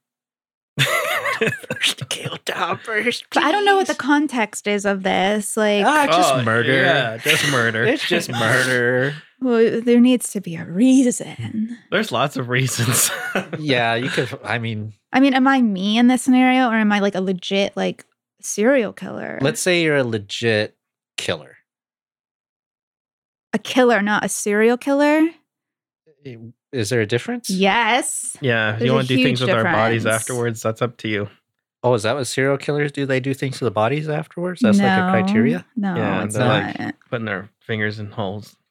[SPEAKER 3] first kill Dom first.
[SPEAKER 2] But I don't know what the
[SPEAKER 3] please.
[SPEAKER 2] context is of this. Like,
[SPEAKER 3] Ah, it's just
[SPEAKER 1] Oh,
[SPEAKER 3] murder.
[SPEAKER 1] Yeah, just murder.
[SPEAKER 3] It's just murder.
[SPEAKER 2] well, there needs to be a reason.
[SPEAKER 1] There's lots of reasons.
[SPEAKER 3] yeah, you could. I mean,
[SPEAKER 2] I mean, am I me in this scenario, or am I like a legit like serial killer?
[SPEAKER 3] let's say you're a legit killer.
[SPEAKER 2] a killer, not a serial killer.
[SPEAKER 3] Is there a difference?
[SPEAKER 2] Yes.
[SPEAKER 1] yeah, if
[SPEAKER 2] There's
[SPEAKER 1] you
[SPEAKER 2] a
[SPEAKER 1] want to do things
[SPEAKER 2] huge
[SPEAKER 1] with our bodies
[SPEAKER 2] difference.
[SPEAKER 1] afterwards, that's up to you.
[SPEAKER 3] Oh, is that what serial killers do? They do things to the bodies afterwards? That's like
[SPEAKER 2] No.
[SPEAKER 3] a criteria?
[SPEAKER 2] No,
[SPEAKER 1] Yeah,
[SPEAKER 2] it's
[SPEAKER 1] they're
[SPEAKER 2] not.
[SPEAKER 1] like- Putting their fingers in holes.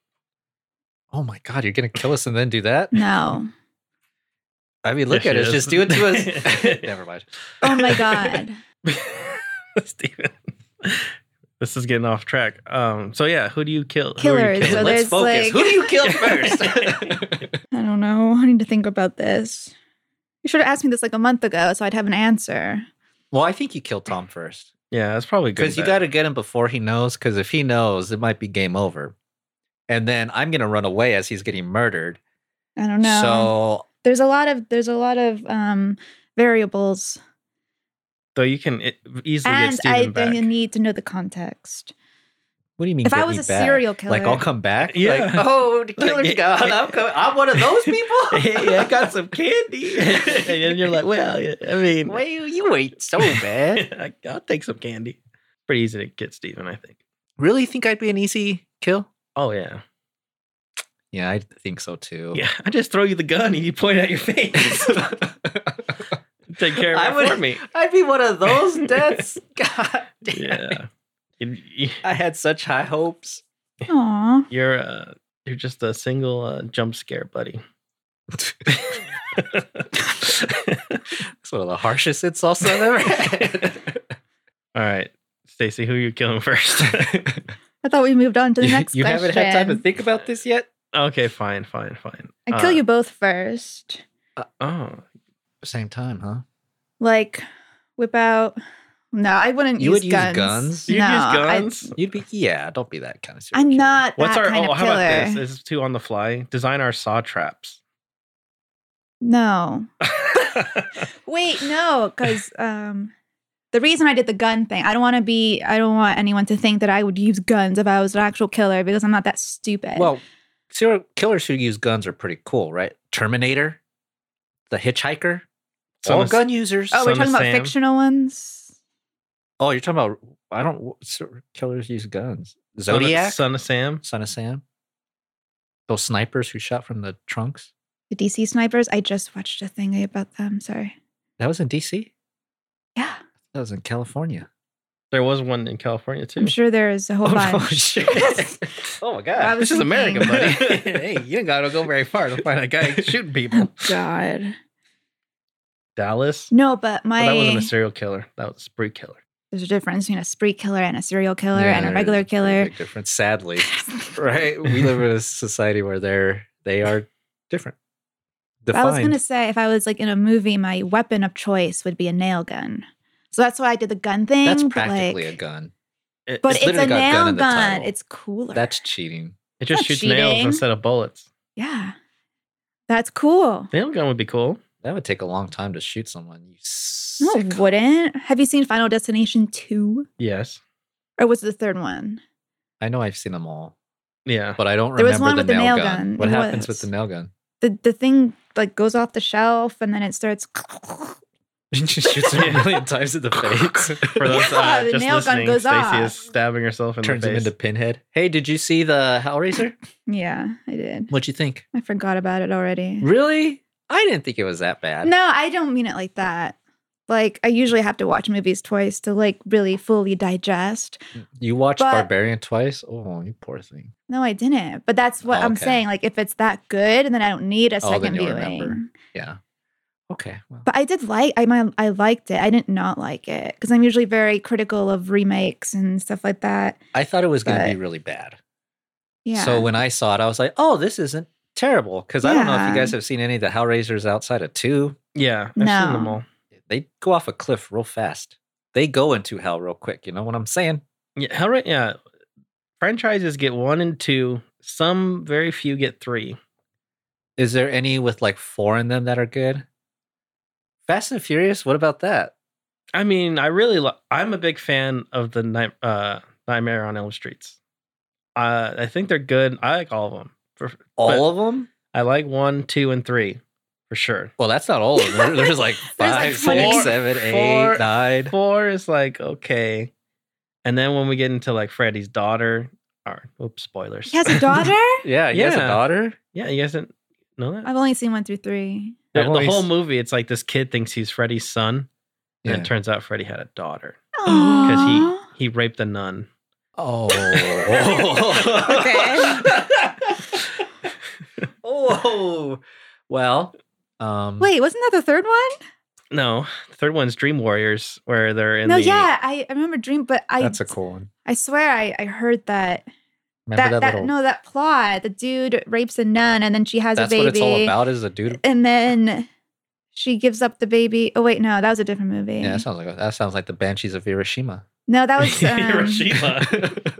[SPEAKER 3] Oh my God, you're going to kill us and then do that?
[SPEAKER 2] no.
[SPEAKER 3] I mean, look
[SPEAKER 1] Yes,
[SPEAKER 3] at
[SPEAKER 1] she
[SPEAKER 3] us.
[SPEAKER 1] is.
[SPEAKER 3] Just do it to us. Never mind.
[SPEAKER 2] Oh my god.
[SPEAKER 1] Steven. This is getting off track. Um, so yeah, who do you kill? Who are
[SPEAKER 2] Killers,
[SPEAKER 1] you
[SPEAKER 2] So
[SPEAKER 1] killing?
[SPEAKER 2] there's, like-
[SPEAKER 3] Who do you kill first?
[SPEAKER 2] I don't know. I need to think about this. You should have asked me this like a month ago, so I'd have an answer.
[SPEAKER 3] well, I think you kill Tom first
[SPEAKER 1] yeah, that's probably good.
[SPEAKER 3] because you
[SPEAKER 1] bet.
[SPEAKER 3] got to get him before he knows. Because if he knows, it might be game over. And then I'm going to run away as he's getting murdered.
[SPEAKER 2] I don't know.
[SPEAKER 3] So
[SPEAKER 2] there's a lot of there's a lot of um variables,
[SPEAKER 1] though you can i- easily
[SPEAKER 2] and
[SPEAKER 1] get Steven
[SPEAKER 2] I,
[SPEAKER 1] back.
[SPEAKER 2] I need to know the context.
[SPEAKER 3] what do you mean?
[SPEAKER 2] if I
[SPEAKER 3] get
[SPEAKER 2] was
[SPEAKER 3] me
[SPEAKER 2] a
[SPEAKER 3] back?
[SPEAKER 2] serial killer,
[SPEAKER 3] like I'll come back.
[SPEAKER 1] Yeah.
[SPEAKER 3] Like, oh, the killer's
[SPEAKER 1] Like,
[SPEAKER 3] gone. I'm coming. I'm one of those people.
[SPEAKER 1] Hey, I got
[SPEAKER 3] some candy.
[SPEAKER 1] and then you're like, well, yeah, I mean,
[SPEAKER 3] well, you ain't so bad.
[SPEAKER 1] I- I'll take some candy. Pretty easy to get Steven, I think.
[SPEAKER 3] really think I'd be an easy kill?
[SPEAKER 1] Oh yeah,
[SPEAKER 3] Yeah, I think so too.
[SPEAKER 1] yeah. I just throw you the gun and you point it at your face. take care
[SPEAKER 3] I
[SPEAKER 1] of it
[SPEAKER 3] would-
[SPEAKER 1] for me.
[SPEAKER 3] I'd be one of those deaths. God damn.
[SPEAKER 1] Yeah, You- you-
[SPEAKER 3] I had such high hopes.
[SPEAKER 2] Aw,
[SPEAKER 1] you're uh, you're just a single uh, jump scare, buddy.
[SPEAKER 3] It's one of the harshest insults I've ever had.
[SPEAKER 1] All right, Stacy, who are you killing first?
[SPEAKER 2] I thought we moved on to the next
[SPEAKER 3] you
[SPEAKER 2] question.
[SPEAKER 3] haven't had time to think about this yet?
[SPEAKER 1] okay, fine, fine, fine.
[SPEAKER 2] I kill
[SPEAKER 1] Uh,
[SPEAKER 2] you both first.
[SPEAKER 1] Oh,
[SPEAKER 3] Same time, huh?
[SPEAKER 2] Like whip out. No, I wouldn't.
[SPEAKER 3] You
[SPEAKER 2] use
[SPEAKER 3] would use
[SPEAKER 2] guns.
[SPEAKER 3] guns?
[SPEAKER 1] you
[SPEAKER 2] no,
[SPEAKER 1] use
[SPEAKER 2] I-
[SPEAKER 1] guns.
[SPEAKER 3] You'd be yeah, don't be that kind of serial
[SPEAKER 2] I'm
[SPEAKER 3] killer.
[SPEAKER 2] not
[SPEAKER 1] What's
[SPEAKER 2] that
[SPEAKER 1] our?
[SPEAKER 2] kind
[SPEAKER 1] Oh,
[SPEAKER 2] of
[SPEAKER 1] how
[SPEAKER 2] killer.
[SPEAKER 1] about this? This is too on the fly. Design our saw traps.
[SPEAKER 2] No. Wait, no, because um, the reason I did the gun thing, I don't want to be, I don't want anyone to think that I would use guns if I was an actual killer because I'm not that stupid.
[SPEAKER 3] Well, serial killers who use guns are pretty cool, right? Terminator, the hitchhiker,
[SPEAKER 1] Some
[SPEAKER 3] all
[SPEAKER 1] is-
[SPEAKER 3] gun users.
[SPEAKER 2] oh,
[SPEAKER 1] Son
[SPEAKER 2] we're
[SPEAKER 1] of
[SPEAKER 2] talking about
[SPEAKER 1] Sam.
[SPEAKER 2] fictional ones.
[SPEAKER 3] Oh, you're talking about I don't what serial killers use guns.
[SPEAKER 1] Son of-
[SPEAKER 3] Zodiac,
[SPEAKER 1] son of Sam.
[SPEAKER 3] Son of Sam, those snipers who shot from the trunks.
[SPEAKER 2] The DC snipers. I just watched a thing about them. Sorry.
[SPEAKER 3] That was in D.C.
[SPEAKER 2] Yeah,
[SPEAKER 3] That was in California.
[SPEAKER 1] There was one in California too.
[SPEAKER 2] I'm sure there's a whole
[SPEAKER 3] no,
[SPEAKER 2] bunch.
[SPEAKER 3] shit. oh my
[SPEAKER 2] I
[SPEAKER 3] god!
[SPEAKER 2] was
[SPEAKER 1] This is America,
[SPEAKER 2] thinking-
[SPEAKER 1] buddy.
[SPEAKER 3] hey, you didn't gotta go very far to find a guy shooting people.
[SPEAKER 2] Oh, God.
[SPEAKER 1] Dallas.
[SPEAKER 2] No, but my
[SPEAKER 1] Well, that wasn't a serial killer. That was a spree killer.
[SPEAKER 2] there's a difference between a spree killer and a serial killer
[SPEAKER 3] Yeah,
[SPEAKER 2] and a
[SPEAKER 3] there
[SPEAKER 2] regular
[SPEAKER 3] is pretty
[SPEAKER 2] killer.
[SPEAKER 3] big difference, sadly. right? We live in a society where they're they are different.
[SPEAKER 2] I was
[SPEAKER 3] Defined.
[SPEAKER 2] gonna say if I was like in a movie, my weapon of choice would be a nail gun. So that's why I did the gun thing.
[SPEAKER 3] That's
[SPEAKER 2] but,
[SPEAKER 3] practically
[SPEAKER 2] like-
[SPEAKER 3] a gun.
[SPEAKER 1] It,
[SPEAKER 2] But
[SPEAKER 1] it,
[SPEAKER 2] it's, a
[SPEAKER 3] literally got gun
[SPEAKER 2] nail
[SPEAKER 3] in
[SPEAKER 2] gun.
[SPEAKER 3] the title.
[SPEAKER 2] It's cooler.
[SPEAKER 3] That's cheating.
[SPEAKER 1] it just
[SPEAKER 2] not
[SPEAKER 1] shoots nails
[SPEAKER 2] cheating.
[SPEAKER 1] instead of bullets.
[SPEAKER 2] yeah. That's cool.
[SPEAKER 1] Nail gun would be cool.
[SPEAKER 3] That would take a long time to shoot someone. You
[SPEAKER 2] No,
[SPEAKER 3] sick.
[SPEAKER 2] it wouldn't. Have you seen Final Destination 2?
[SPEAKER 1] Yes.
[SPEAKER 2] Or was it the third one?
[SPEAKER 3] I know I've seen them all,
[SPEAKER 1] Yeah.
[SPEAKER 3] but I don't
[SPEAKER 2] There was
[SPEAKER 3] remember
[SPEAKER 2] one
[SPEAKER 3] the,
[SPEAKER 2] with the
[SPEAKER 3] nail,
[SPEAKER 2] nail
[SPEAKER 3] gun.
[SPEAKER 2] gun.
[SPEAKER 3] What
[SPEAKER 2] There
[SPEAKER 3] happens with
[SPEAKER 2] was.
[SPEAKER 3] the nail gun?
[SPEAKER 2] The the thing like goes off the shelf and then it starts
[SPEAKER 3] You just shoots him a
[SPEAKER 1] Yeah.
[SPEAKER 3] million times in the face.
[SPEAKER 1] For those
[SPEAKER 2] Yeah,
[SPEAKER 1] uh,
[SPEAKER 2] the
[SPEAKER 1] just
[SPEAKER 2] nail
[SPEAKER 1] listening,
[SPEAKER 2] gun goes
[SPEAKER 1] Stacy
[SPEAKER 2] off.
[SPEAKER 1] is stabbing herself in
[SPEAKER 3] Turns
[SPEAKER 1] the
[SPEAKER 3] him
[SPEAKER 1] face.
[SPEAKER 3] into Pinhead. Hey, did you see the Hellraiser?
[SPEAKER 2] Yeah, I did.
[SPEAKER 3] What'd you think?
[SPEAKER 2] I forgot about it already.
[SPEAKER 3] Really? I didn't think it was that bad.
[SPEAKER 2] No, I don't mean it like that. Like I usually have to watch movies twice to like really fully digest.
[SPEAKER 3] You watched
[SPEAKER 2] But-
[SPEAKER 3] Barbarian twice? Oh, you poor thing.
[SPEAKER 2] No, I didn't. But that's what
[SPEAKER 3] Oh,
[SPEAKER 2] I'm
[SPEAKER 3] okay.
[SPEAKER 2] saying. Like, if it's that good, then I don't need a
[SPEAKER 3] Oh, then
[SPEAKER 2] second
[SPEAKER 3] you'll
[SPEAKER 2] viewing.
[SPEAKER 3] remember. Yeah. Okay. Well,
[SPEAKER 2] But I did like I my, I liked it. I did not like it because I'm usually very critical of remakes and stuff like that.
[SPEAKER 3] I thought it was going to be
[SPEAKER 2] But-
[SPEAKER 3] really bad.
[SPEAKER 2] Yeah.
[SPEAKER 3] So when I saw it, I was like, "Oh, this isn't terrible." Because I don't know if you
[SPEAKER 2] Yeah.
[SPEAKER 3] guys have seen any of the Hellraisers outside of two.
[SPEAKER 1] Yeah, I've seen them
[SPEAKER 2] No.
[SPEAKER 1] all.
[SPEAKER 3] They go off a cliff real fast. They go into hell real quick. You know what I'm saying?
[SPEAKER 1] Yeah, Hellra- yeah. Franchises get one and two. Some very few get three.
[SPEAKER 3] Is there any with like four in them that are good? Fast and Furious. What about that?
[SPEAKER 1] I mean, I really lo- I'm a big fan of the night uh Nightmare on Elm Streets. Uh I think they're good. I like all of them. For,
[SPEAKER 3] All
[SPEAKER 1] But-
[SPEAKER 3] of them?
[SPEAKER 1] I like 1, 2 and 3 for sure.
[SPEAKER 3] Well, that's not all of them. There's like
[SPEAKER 2] There's,
[SPEAKER 3] five,
[SPEAKER 2] like,
[SPEAKER 3] six,
[SPEAKER 1] four-
[SPEAKER 3] seven, eight,
[SPEAKER 1] four-
[SPEAKER 3] nine.
[SPEAKER 1] 4 is like okay. And then when we get into like Freddy's daughter, or oops, spoilers.
[SPEAKER 2] he has a daughter.
[SPEAKER 3] Yeah, he has a
[SPEAKER 1] Yeah.
[SPEAKER 3] daughter.
[SPEAKER 1] yeah, you guys didn't know that?
[SPEAKER 2] I've only seen one through three.
[SPEAKER 1] The,
[SPEAKER 3] I've
[SPEAKER 1] the
[SPEAKER 3] always-
[SPEAKER 1] whole movie, it's like this kid thinks he's Freddy's son, and
[SPEAKER 3] Yeah.
[SPEAKER 1] it turns out Freddy had a daughter because he
[SPEAKER 2] Aww.
[SPEAKER 1] he raped a nun.
[SPEAKER 3] Oh.
[SPEAKER 1] Okay.
[SPEAKER 3] oh. Well, um
[SPEAKER 2] Wait, wasn't that the third one?
[SPEAKER 1] No, the third one's Dream Warriors, where they're in
[SPEAKER 2] no,
[SPEAKER 1] the
[SPEAKER 2] yeah, I, I remember Dream, but I
[SPEAKER 3] that's a cool one.
[SPEAKER 2] I swear I, I heard that
[SPEAKER 3] Remember that,
[SPEAKER 2] that, that
[SPEAKER 3] little
[SPEAKER 2] no that plot. The dude rapes a nun and then she has
[SPEAKER 3] That's
[SPEAKER 2] a baby.
[SPEAKER 3] what it's all about is a dude.
[SPEAKER 2] And then she gives up the baby. Oh wait, no, that was a different movie.
[SPEAKER 3] Yeah, that sounds like that sounds like the Banshees of Hiroshima.
[SPEAKER 2] No, that was um,
[SPEAKER 1] Hiroshima.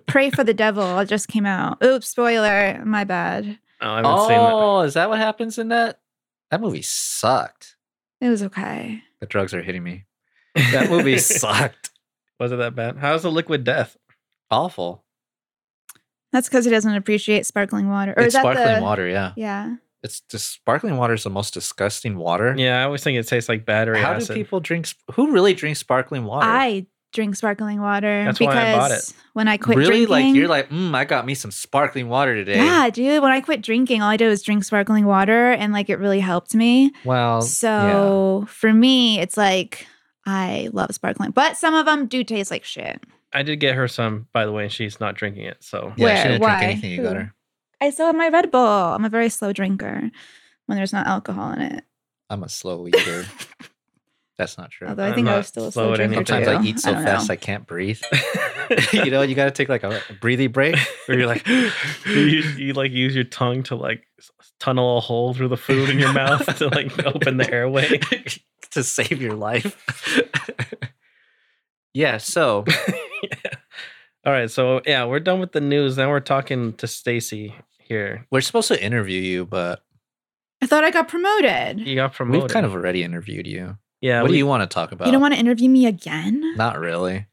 [SPEAKER 2] Pray for the Devil. It just came out. Oops, spoiler. My bad.
[SPEAKER 1] Oh, I haven't seen that.
[SPEAKER 3] oh, is that what happens in that? That movie sucked.
[SPEAKER 2] It was okay.
[SPEAKER 3] The drugs are hitting me. Oh, That movie sucked.
[SPEAKER 1] Was it that bad? How's the Liquid Death?
[SPEAKER 3] Awful.
[SPEAKER 2] That's because he doesn't appreciate sparkling water. Or is
[SPEAKER 3] it's
[SPEAKER 2] that
[SPEAKER 3] sparkling
[SPEAKER 2] the,
[SPEAKER 3] water, yeah.
[SPEAKER 2] Yeah.
[SPEAKER 3] It's just sparkling water is the most disgusting water.
[SPEAKER 1] Yeah, I always think it tastes like battery
[SPEAKER 3] How
[SPEAKER 1] acid.
[SPEAKER 3] do people drink? sp- Who really drinks sparkling water?
[SPEAKER 2] I drink sparkling water
[SPEAKER 1] That's
[SPEAKER 2] because
[SPEAKER 1] why I bought
[SPEAKER 2] when I quit
[SPEAKER 3] really
[SPEAKER 2] drinking,
[SPEAKER 3] like you're like, mm, I got me some sparkling water today.
[SPEAKER 2] yeah, dude. When I quit drinking, all I did was drink sparkling water, and like it really helped me.
[SPEAKER 3] Well,
[SPEAKER 2] so for me, it's like I love sparkling, but some of them do taste like shit.
[SPEAKER 1] I did get her some, by the way, and she's not drinking it. So
[SPEAKER 3] yeah, yeah she
[SPEAKER 2] Where?
[SPEAKER 3] didn't
[SPEAKER 2] Why?
[SPEAKER 3] drink anything. You got
[SPEAKER 2] Who?
[SPEAKER 3] her.
[SPEAKER 2] I still have my Red Bull. I'm a very slow drinker when there's not alcohol in it.
[SPEAKER 3] I'm a slow eater. That's not true.
[SPEAKER 2] Although I
[SPEAKER 1] I'm
[SPEAKER 2] think I
[SPEAKER 1] not
[SPEAKER 2] was still a
[SPEAKER 1] slow
[SPEAKER 2] slow
[SPEAKER 1] at any
[SPEAKER 2] drinker.
[SPEAKER 3] Sometimes
[SPEAKER 2] too.
[SPEAKER 3] I eat so
[SPEAKER 2] don't
[SPEAKER 3] fast
[SPEAKER 2] know.
[SPEAKER 3] I can't breathe. you know, you got to take like a breathing break. Where you're like,
[SPEAKER 1] you, you like use your tongue to like s- tunnel a hole through the food in your mouth to like open the airway.
[SPEAKER 3] to save your life. yeah. So
[SPEAKER 1] All right, so yeah, we're done with the news. Now we're talking to Stacy here.
[SPEAKER 3] we're supposed to interview you, but
[SPEAKER 2] I thought I got promoted.
[SPEAKER 1] You got promoted.
[SPEAKER 3] we've kind of already interviewed you.
[SPEAKER 1] yeah.
[SPEAKER 3] what
[SPEAKER 1] we-
[SPEAKER 3] do you want to talk about?
[SPEAKER 2] You don't want to interview me again?
[SPEAKER 3] Not really.